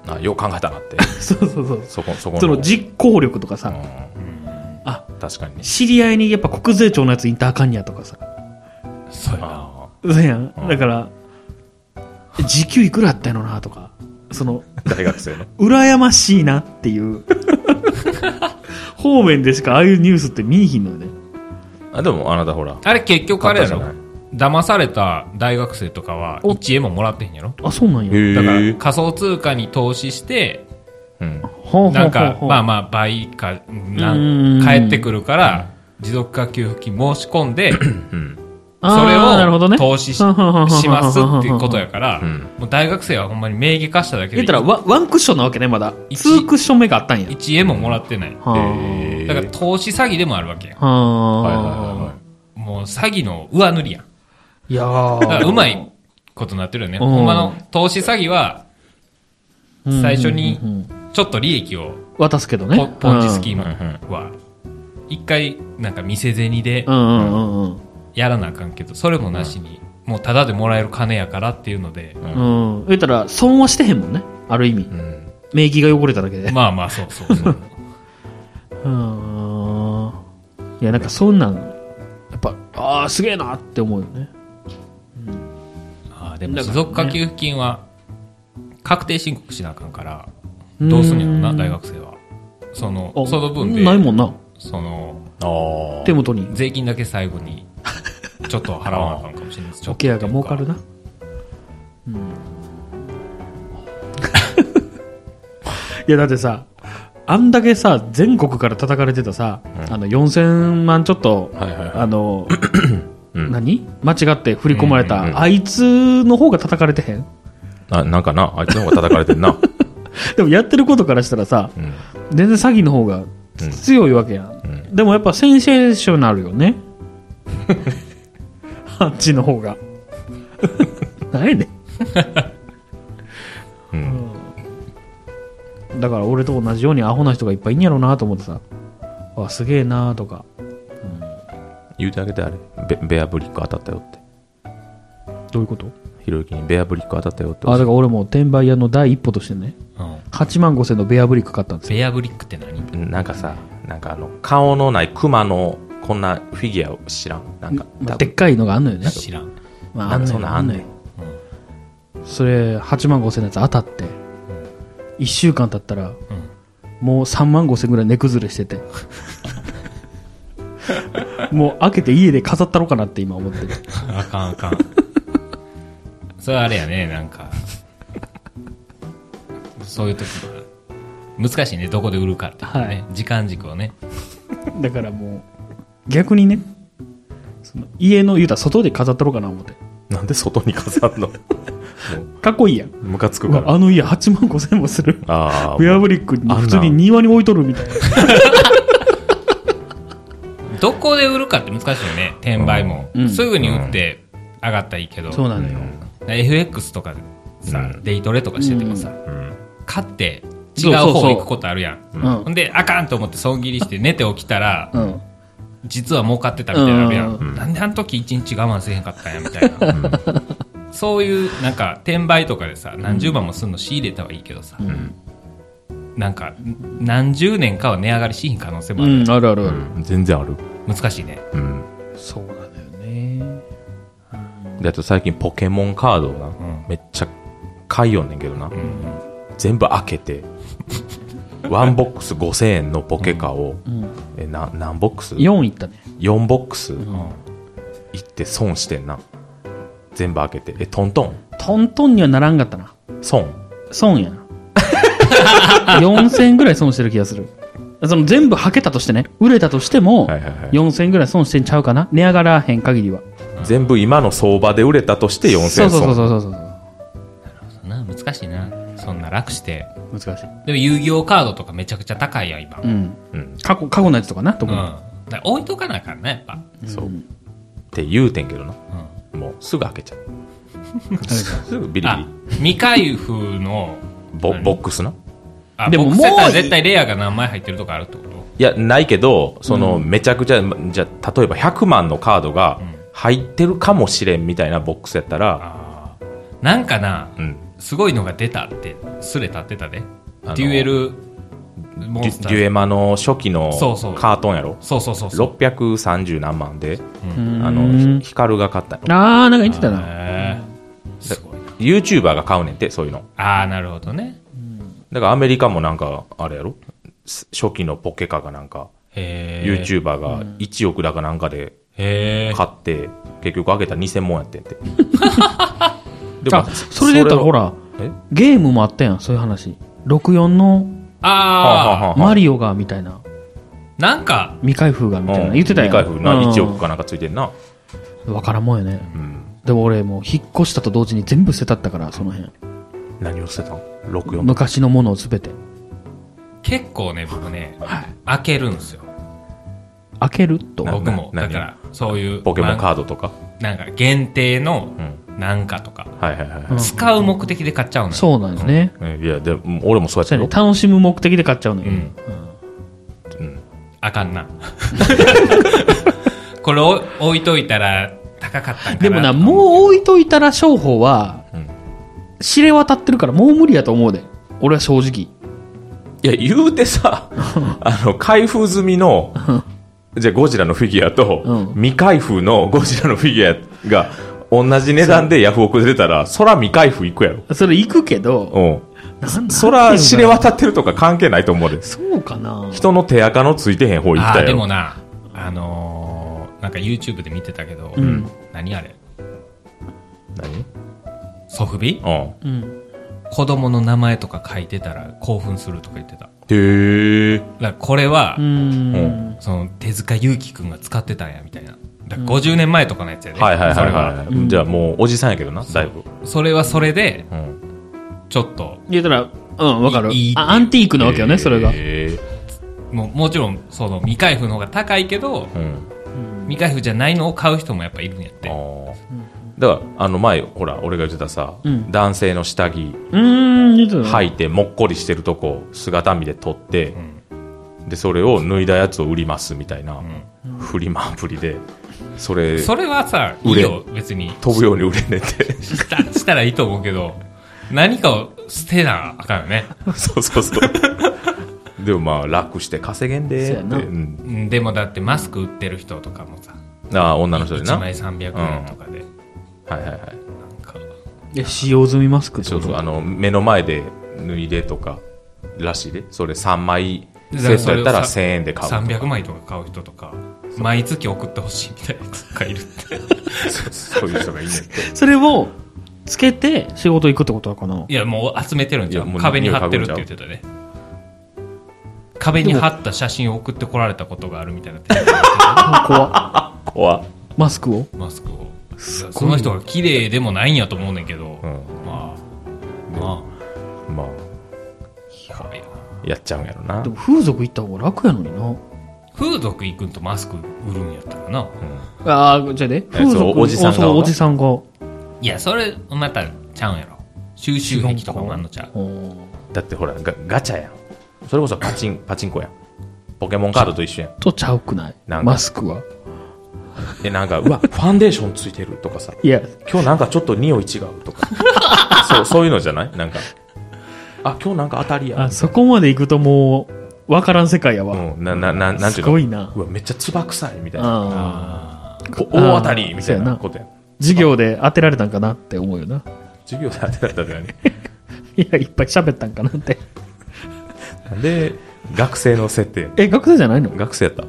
Speaker 2: あ、よう考えたな [LAUGHS] って。
Speaker 1: そうそうそう。
Speaker 2: そこ、そこの。
Speaker 1: その実行力とかさ、あ
Speaker 2: あ、確かにね。
Speaker 1: 知り合いにやっぱ国税庁のやつインターカンニやとかさ、
Speaker 3: そうやな。
Speaker 2: あ
Speaker 1: そうやん
Speaker 2: うん。
Speaker 1: だから、時給いくらあったのなとか、その、
Speaker 2: ー大学生の。
Speaker 1: 羨ましいなっていう、方面でしかああいうニュースって見えひんのよね。
Speaker 2: [LAUGHS] あ、でもあなたほら。
Speaker 3: あれ結局あれや
Speaker 2: 買っ
Speaker 3: ろ
Speaker 2: たじ
Speaker 3: 騙された大学生とかは1円ももらってへんやろ
Speaker 1: あ、そうなんや。
Speaker 2: へ
Speaker 3: だから
Speaker 2: ー
Speaker 3: 仮想通貨に投資して、
Speaker 2: うん。
Speaker 1: ほうほうほう
Speaker 3: なんか、まあまあ倍か、な
Speaker 1: うん
Speaker 3: ん返ってくるから、持続化給付金申し込んで、
Speaker 1: あー
Speaker 3: それ
Speaker 1: なるほどね
Speaker 3: を投資ししますっていうことやから、
Speaker 2: うん
Speaker 3: もう大学生はほんまに名義化しただけで
Speaker 1: 言ったらワ、ワンクッションなわけね、まだ。
Speaker 3: 一
Speaker 1: ツークッション目があったんや。
Speaker 3: 1円ももらってない。
Speaker 1: は
Speaker 2: えー
Speaker 3: だから投資詐欺でもあるわけやん。
Speaker 1: あ。は
Speaker 2: はい
Speaker 1: あ
Speaker 2: はいはいはい
Speaker 3: もう詐欺の上塗りやん。
Speaker 1: いや
Speaker 3: だから
Speaker 1: ー
Speaker 3: うまいことになってるよね。
Speaker 1: うん
Speaker 3: ほんまの投資詐欺は、
Speaker 1: うん
Speaker 3: 最初に
Speaker 1: うんうん
Speaker 3: ちょっと利益を、
Speaker 1: 渡すけどね。
Speaker 3: ポポンジスキーム
Speaker 2: うん
Speaker 3: は、一回、なんか見せ銭で
Speaker 1: うんうんうんうん
Speaker 3: やらなあかんけど、それもなしに、もうタダでもらえる金やからっていうので、
Speaker 1: うん。うん。言ったら、損はしてへんもんね。ある意味
Speaker 2: う。ん
Speaker 1: 名義が汚れただけで。
Speaker 3: まあまあ、そうそ
Speaker 1: [LAUGHS]
Speaker 3: うそう。
Speaker 1: うん。いや、なんかそんなん、やっぱ、ああ、すげえなって思うよね。
Speaker 3: ああでも
Speaker 1: だからね
Speaker 3: 持続化給付金は確定申告しなあかんからどうすんやろな大学生はその
Speaker 1: あ
Speaker 3: その分で
Speaker 1: ないもんな。
Speaker 3: その
Speaker 2: あー
Speaker 1: 手元に。
Speaker 3: 税金だけ最後にちょっと払わなあかんかもしれない
Speaker 1: [LAUGHS]
Speaker 3: ですちょ
Speaker 1: お
Speaker 3: っと
Speaker 1: ケアが儲かるな。うん。 [LAUGHS] いや、だってさ、あんだけさ、全国から叩かれてたさ、あの、4000万ちょっと、
Speaker 2: はいはいはい
Speaker 1: あの、
Speaker 2: うん
Speaker 1: [CLEARS THROAT] 何間違って振り込まれた、
Speaker 2: うんうんうん
Speaker 1: あいつの方が叩かれてへん
Speaker 2: あなんかなあいつの方が叩かれてん [LAUGHS] な、
Speaker 1: でもやってることからしたらさ、
Speaker 2: うん
Speaker 1: 全然詐欺の方が
Speaker 2: うん
Speaker 1: 強いわけやん。
Speaker 2: うん
Speaker 1: でもやっぱセンセーショナルよ [LAUGHS] ね。あっちの [LAUGHS] 方が。何や [LAUGHS] ね
Speaker 2: うん
Speaker 1: んだから俺と同じようにアホな人がいっぱいいんやろうなと思ってさ、わ、すげえなとか。
Speaker 2: 言うてあげてあれベベアブリック当たったよって
Speaker 1: どういうこと
Speaker 2: ひろゆきにベアブリック当たったよって
Speaker 1: あ、だから俺も転売屋の第一歩としてね、
Speaker 3: うん
Speaker 1: 8万5千のベアブリック買ったんですよ。
Speaker 3: ベアブリックって何
Speaker 2: なんかさなんかあの顔のないクマのこんなフィギュアを知らんなんか
Speaker 1: まあ
Speaker 2: 多
Speaker 1: でっ
Speaker 2: 分
Speaker 1: かいのがあんのよね。
Speaker 3: 知らん [LAUGHS]
Speaker 1: まあ、あんの
Speaker 2: そ
Speaker 1: よ
Speaker 2: んなん
Speaker 1: あんのよ
Speaker 2: あんね
Speaker 1: それ8万5千のやつ当たって、1週間経ったら、もう3万5千ぐらい値崩れして [LAUGHS] てもう開けて家で飾ったろかなって今思ってる
Speaker 3: あかんあかんそれはあれやねなんかそういう時は難しいねどこで売るかっていうのね、時間軸をね
Speaker 1: だからもう逆にねその家の言うたら外で飾ったろかな思って
Speaker 2: なんで外に飾 [LAUGHS] るのも
Speaker 1: かっこいいやん
Speaker 2: うムカつく
Speaker 1: う
Speaker 2: か
Speaker 1: わ
Speaker 2: ら
Speaker 1: あの家8万5千もする
Speaker 2: あ
Speaker 1: ウ
Speaker 2: あ
Speaker 1: ェアブリックに普通に庭に置いとるみたいな
Speaker 3: どこで売るかって難しいよね転売も、
Speaker 1: うん
Speaker 3: すぐに売って上がったらいいけど、
Speaker 1: そうなのよ、
Speaker 3: FX とかでさ、
Speaker 2: うん
Speaker 3: デイトレとかしててもさ、
Speaker 2: うん
Speaker 3: 買って違
Speaker 1: そううそうそう
Speaker 3: 方行くことあるやん
Speaker 1: うん
Speaker 3: ほんであかんと思って損切りして寝て起きたら
Speaker 1: うん
Speaker 3: 実は儲かってたみたいになるやん、
Speaker 1: うん
Speaker 3: なんであの時一日我慢せへんかったんやみたいな、そういうなんか転売とかでさ何十万もすんの仕入れたはいいけどさ、なんか何十年かは値上がりしひん可能性もある、
Speaker 1: うんあるあるある、
Speaker 2: うん全然ある
Speaker 3: 難しいね
Speaker 2: うん
Speaker 1: そうなのよね
Speaker 2: であと最近ポケモンカードをな、
Speaker 3: ん
Speaker 2: めっちゃ買いよんねんけどな、
Speaker 3: ん
Speaker 2: 全部開け [LAUGHS] てワンボックス5000円のポケカを、
Speaker 1: ん
Speaker 2: えな何ボックス
Speaker 1: 4いったね
Speaker 2: 4ボックス
Speaker 3: うん
Speaker 2: 行って損してんな全部開けてえトントン
Speaker 1: トントンにはならんかったな
Speaker 2: 損
Speaker 1: 損やな4000円ぐらい損してる気がするその全部はけたとしてね売れたとしても、
Speaker 2: はいはいはい
Speaker 1: 4000円ぐらい損してんちゃうかな値上がらへん限りは
Speaker 2: 全部今の相場で売れたとして4000損
Speaker 1: そうそうそうそうそう
Speaker 3: そんな難しいなそんな楽して
Speaker 1: 難しい、
Speaker 3: でも遊戯王カードとかめちゃくちゃ高いやん今
Speaker 1: う
Speaker 3: うん、
Speaker 1: ん、
Speaker 2: うん
Speaker 1: 過去過去のやつとかなと思う、
Speaker 3: だから置いとかなあかんなやっぱ
Speaker 2: そうって言うてんけどな
Speaker 3: うん
Speaker 2: もうすぐ開けちゃうすぐビリビ
Speaker 3: あ未開封の
Speaker 2: リボ
Speaker 3: 何
Speaker 2: ボックスな
Speaker 3: あ
Speaker 1: で
Speaker 3: で
Speaker 1: もも
Speaker 3: も
Speaker 1: う
Speaker 3: もう絶対レアが何枚入ってるとかあるってこと
Speaker 2: いや、ないけど、その、めちゃくちゃ、じゃあ例えば100万のカードが入ってるかもしれんみたいなボックスやったら、
Speaker 3: あーなんかな、
Speaker 2: うん。
Speaker 3: すごいのが出たってすれ立ってたで
Speaker 2: あの
Speaker 3: デュエル
Speaker 2: デ
Speaker 3: モンス
Speaker 2: ュ
Speaker 3: タ
Speaker 2: デュ
Speaker 3: ー
Speaker 2: エマの初期の
Speaker 3: そうそう
Speaker 2: カートンやろ。
Speaker 3: そうそうそうそう
Speaker 2: 630何万で、
Speaker 1: うん
Speaker 2: あの、ヒカルが買ったの。
Speaker 1: ああなんか言ってたな
Speaker 3: へーすごいな
Speaker 2: YouTuber が買うねんて、そういうの。
Speaker 3: ああなるほどね
Speaker 2: だからアメリカもなんか、あれやろす初期のポケカがなんか、
Speaker 3: へえ
Speaker 2: YouTuber が1億だかなんかで
Speaker 3: へえ
Speaker 2: 買って、結局開けたら2000もん
Speaker 1: [LAUGHS]
Speaker 2: やってんて。で
Speaker 1: あそれで言ったらほ。
Speaker 2: を
Speaker 1: ら
Speaker 2: え
Speaker 1: ゲームもあったやんそういう話64の
Speaker 2: はあはあ
Speaker 3: ああ
Speaker 2: はあ
Speaker 1: マリオがみたいな
Speaker 3: なんか
Speaker 1: 未開封がみたいな、
Speaker 2: うん
Speaker 1: 言ってたやん
Speaker 2: 未開封な、
Speaker 1: うん
Speaker 2: 1億かなんかついてんな。
Speaker 1: わからんもんやね。
Speaker 2: うん。
Speaker 1: でも俺もう引っ越したと同時に全部捨てたったから、その辺。
Speaker 2: 何を捨てたの ?64 とか。
Speaker 1: 昔のものをすべて。
Speaker 3: 結構ね、僕ね、
Speaker 1: はい。
Speaker 3: 開けるんですよ。
Speaker 1: 開けると。
Speaker 2: な
Speaker 3: 僕も。
Speaker 2: な
Speaker 3: だから、そういう、
Speaker 2: ポケモン
Speaker 3: ま
Speaker 2: カードとか。
Speaker 3: あなんか限定の
Speaker 2: う
Speaker 3: なんかとか、
Speaker 2: はいはいはいは
Speaker 1: うん
Speaker 3: 使う目的で買っちゃうのよ。
Speaker 1: そうなんですね。
Speaker 2: い。いや、でも俺もそうやって
Speaker 1: そうや
Speaker 2: よ
Speaker 1: ね。。楽しむ目的で買っちゃうのよ。う
Speaker 3: う
Speaker 1: んん。
Speaker 2: うん
Speaker 3: あかんな。 [LAUGHS] これを置いといたら高かったんかな。
Speaker 1: でもな、もう置いといたら商法は、
Speaker 2: うん
Speaker 1: 知れ渡ってるからもう無理やと思うで。俺は正直。
Speaker 2: いや、言うて [LAUGHS] さ、あの、開封済みの、じゃあゴジラのフィギュアと、
Speaker 1: うん
Speaker 2: 未開封の [LAUGHS] ゴジラのフィギュアが、同じ値段でヤフオクで出たら、そら未開封いくやろ。
Speaker 1: それ行くけど、
Speaker 2: うん。
Speaker 1: なん
Speaker 2: そら知れ
Speaker 1: は
Speaker 2: 渡ってるとか関係ないと思うで。
Speaker 1: そうかな。
Speaker 2: 人の手垢のついてへん方行っ
Speaker 3: あ
Speaker 2: た
Speaker 3: ー
Speaker 2: や
Speaker 3: で
Speaker 2: ろ
Speaker 3: も。な、あのーなんか YouTube で見てたけど、
Speaker 1: ん
Speaker 3: 何あれ
Speaker 2: 何
Speaker 3: ソフビ
Speaker 2: うん。
Speaker 1: うん。
Speaker 3: 子供の名前とか書いてたら興奮するとか言ってた。だか
Speaker 2: へえ。
Speaker 3: らこれは
Speaker 1: う、ん。
Speaker 3: その手塚祐樹くんが使ってたんや、みたいな。だから50年前とかのやつやで。
Speaker 2: はいはい
Speaker 3: そ
Speaker 2: は
Speaker 3: れ
Speaker 2: いは
Speaker 1: う
Speaker 2: い。
Speaker 1: ん
Speaker 2: じゃあもう、おじさんやけどな、だいぶ。
Speaker 3: それはそれで、
Speaker 2: うん。
Speaker 3: ちょっと、
Speaker 1: 言うたら、うん、わかる
Speaker 3: いいいい
Speaker 1: あアンティークなわけよね、それが。
Speaker 2: へー
Speaker 3: もうもちろん、その未開封の方が高いけど、
Speaker 2: うん。
Speaker 3: 未開封じゃないのを買う人もやっぱいるんやって。
Speaker 2: あーだから、あの前、ほら、俺が言ってたさ、
Speaker 1: うん
Speaker 2: 男性の下着、
Speaker 1: うん、言うたら。
Speaker 2: 履いてもっこりしてるとこ姿見で撮って、でそれを脱いだやつを売りますみたいな、フリマアプリでそれ
Speaker 3: それはさ、い
Speaker 2: 売
Speaker 3: い
Speaker 2: れ
Speaker 3: よ、別に。
Speaker 2: 飛ぶように売れんねんて
Speaker 3: した、したらいいと思うけど、何かを捨てなあかんよね。
Speaker 2: [LAUGHS] そうそうそうでもまあ楽して稼げんで
Speaker 1: そうや
Speaker 2: ーって
Speaker 1: な
Speaker 2: うん
Speaker 3: うんでもだってマスク売ってる人とかもさ、
Speaker 2: ああ女の人でな
Speaker 3: 1
Speaker 2: は
Speaker 3: 枚
Speaker 2: い
Speaker 3: 300円とかで、
Speaker 2: はいはい
Speaker 3: なんか、
Speaker 1: いや使用済みマスクって
Speaker 2: そ
Speaker 1: こ
Speaker 2: う
Speaker 1: と
Speaker 2: そうあの目の前で脱いでとからしいでそれ3枚
Speaker 3: だか
Speaker 2: セ
Speaker 3: ら
Speaker 2: ットやったら
Speaker 3: そ
Speaker 2: 1000
Speaker 3: れ
Speaker 2: 円で買うとか
Speaker 3: 300枚とか買う人とか、毎月送ってほしいみたいな人がいるって。
Speaker 2: そうそういう人がいいねんて
Speaker 1: それをつけて仕事行くってことかない
Speaker 3: や、もう集めてるんじゃ
Speaker 2: いや
Speaker 3: ん。
Speaker 2: もう
Speaker 3: 壁に貼ってるって言ってたね。壁に貼った写真を送ってこられたことがあるみたいな。
Speaker 1: 怖っ
Speaker 2: 怖っ
Speaker 1: マスクを
Speaker 3: マスクを。その人が綺麗でもないんやと思うねんけど、
Speaker 2: うん
Speaker 3: まあ、ま
Speaker 2: まあ
Speaker 3: あ、怖いな
Speaker 2: やっちゃうんやろな
Speaker 1: でも風俗行った方が楽やのにな
Speaker 3: 風俗行くんとマスク売るんやったらな。
Speaker 1: ああじゃあね風
Speaker 2: そう
Speaker 1: 俗
Speaker 2: おじさんが
Speaker 1: そうおじさんがお
Speaker 3: いや、それ、また、ちゃうんやろ。収集癖とかもあんのちゃう。
Speaker 1: ー
Speaker 2: だってほらガガチャやんそれこそパチンパチンコやんポケモンカードと一緒やん
Speaker 1: とちゃうくない
Speaker 2: なんか
Speaker 1: マスクは
Speaker 2: でなんかうわファンデーションついてるとかさ
Speaker 1: いや
Speaker 2: 今日なんかちょっと匂い違うと
Speaker 1: [LAUGHS]
Speaker 2: かそうそういうのじゃないなんかあ今日なんか当たりや
Speaker 1: あそこまで行くともう分からん世界やわ、
Speaker 2: うんななななん
Speaker 1: す
Speaker 2: ていうの
Speaker 1: ごいな
Speaker 2: うわめっちゃつば臭いみたいな
Speaker 1: あー
Speaker 3: あ
Speaker 2: お大当たりみたい
Speaker 1: そうや
Speaker 2: な
Speaker 1: な
Speaker 2: ことやん
Speaker 1: 授業で当てられたんかなって思うよな [LAUGHS]
Speaker 2: 授業で当てられたとかね
Speaker 1: いやいっぱい喋ったんかなって
Speaker 2: なんで学生の設定
Speaker 1: え学生じゃないの [LAUGHS]
Speaker 2: 学生やった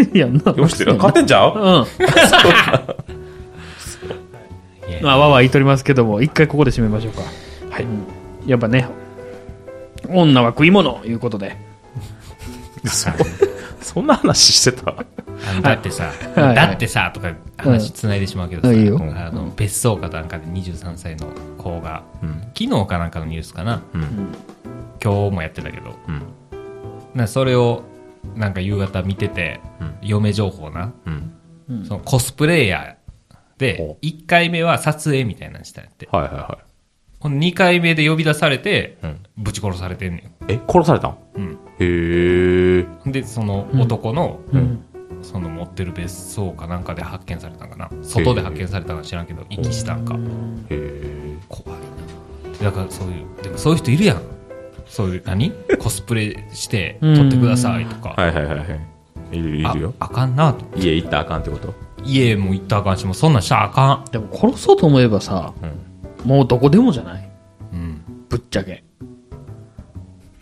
Speaker 1: いやな
Speaker 2: よしてる勝てんちゃう
Speaker 1: うん
Speaker 3: ーいや
Speaker 1: まあ、わわ言いとりますけども、一回ここで締めましょうか。
Speaker 2: はい
Speaker 1: うんやっぱね、女は食い物ということで。
Speaker 2: そ [LAUGHS] そんな話してた
Speaker 3: あのだってさ、
Speaker 1: はい
Speaker 3: だってさ、とか話つないでしまうけどさ、
Speaker 1: うんいいよ
Speaker 3: あの別荘かなんかで23歳の子が、
Speaker 2: うん
Speaker 3: 昨日かなんかのニュースかな、
Speaker 2: うん
Speaker 3: 今日もやってたけど、
Speaker 2: うん
Speaker 3: なそれをなんか夕方見てて、
Speaker 2: うん
Speaker 3: 嫁情報な、
Speaker 2: うん
Speaker 1: うん
Speaker 3: そのコスプレイヤーで
Speaker 2: ほ、
Speaker 3: 1回目は撮影みたいなのしたんやって、
Speaker 2: はいはいは
Speaker 3: この2回目で呼び出されて、
Speaker 2: い、うん、
Speaker 3: ぶち殺されてんね
Speaker 2: え殺されたん
Speaker 3: ん。
Speaker 2: へえ
Speaker 3: うん。で、その男の、
Speaker 1: うん。
Speaker 3: その持ってる別荘かなんかで発見されたんかな外で発見されたのか知らんけど遺棄したんか
Speaker 2: へえ
Speaker 3: 怖いなだからそういうでもそういう人いるやんそういう何コスプレして
Speaker 1: うん
Speaker 3: 撮ってくださいとか、
Speaker 2: はいはいはいはいいるい
Speaker 3: あ
Speaker 2: るよ
Speaker 3: あかんなと
Speaker 2: 家行ったらあかんってこと
Speaker 3: 家も行ったらあかんしもうそんなんしたらあか
Speaker 1: でも殺そうと思えばさ、
Speaker 2: うん
Speaker 1: もうどこでもじゃない
Speaker 3: ん、うん、
Speaker 1: ぶっちゃけ。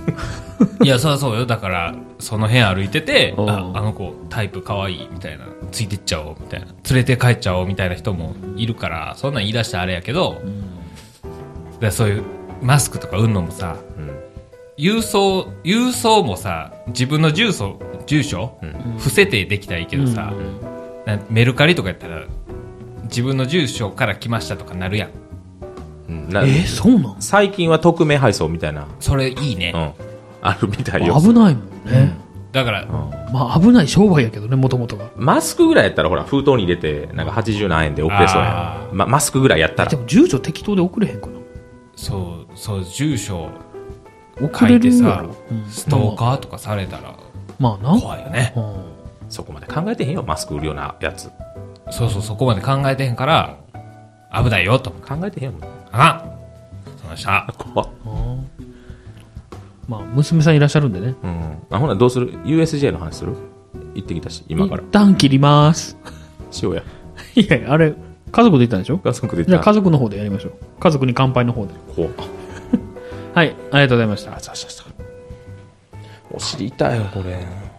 Speaker 2: [LAUGHS]
Speaker 3: いやそりゃそうよだからその辺歩いてて
Speaker 1: おう
Speaker 3: ああの子タイプかわいいみたいなついてっちゃおうみたいな連れて帰っちゃおうみたいな人もいるからそんなん言い出したらあれやけど、だからそういうマスクとかうんのもさ
Speaker 2: うん
Speaker 3: 郵送、郵送もさ、自分の住所、住所、
Speaker 2: うん
Speaker 3: 伏せてできたらいいけどさ、なメルカリとかやったら、自分の住所から来ましたとかなるやん
Speaker 2: うんな
Speaker 1: え、そうなん
Speaker 2: 最近は匿名配送みたいな、
Speaker 3: それいいね、
Speaker 2: うん、あるみたいよ。
Speaker 1: 危ないもんね。
Speaker 3: だから、
Speaker 1: まあ危ない商売やけどね、もともとが。
Speaker 2: マスクぐらいやったら、ほら、封筒に入れて、なんか80何円で送れそうや
Speaker 3: あ
Speaker 2: ん。ま、マスクぐらいやったら
Speaker 1: で。も住所適当で送れへんかな。
Speaker 3: そうそう住所
Speaker 1: 送
Speaker 3: 書
Speaker 1: れ
Speaker 3: い
Speaker 1: る
Speaker 3: て
Speaker 1: んや
Speaker 3: さ
Speaker 1: ろ。うん
Speaker 3: ストーカーとかされたら
Speaker 1: まあな。
Speaker 3: 怖いよね
Speaker 1: うん
Speaker 2: そこまで考えてへんよ、マスク売るようなやつ。
Speaker 3: そうそうそこまで考えてへんから危ないよと
Speaker 2: 考えてへんもん。
Speaker 3: あその下
Speaker 2: 怖っ
Speaker 1: まあ娘さんいらっしゃるんでね。
Speaker 2: うん。あ、ほな、どうする ?USJ の話する行ってきたし、今から
Speaker 1: 一。旦切ります。
Speaker 2: しようや。
Speaker 1: いやいや、あれ、家族で行ったんでしょ
Speaker 2: 家族で
Speaker 1: じゃ
Speaker 2: 行
Speaker 1: あ
Speaker 2: った
Speaker 1: 家
Speaker 2: ら。
Speaker 1: 族の方でやりましょう。家族に乾杯の方で。
Speaker 2: こう。
Speaker 1: はい、ありがとうございました
Speaker 2: あ。ざしたした。お尻痛いよ、これ。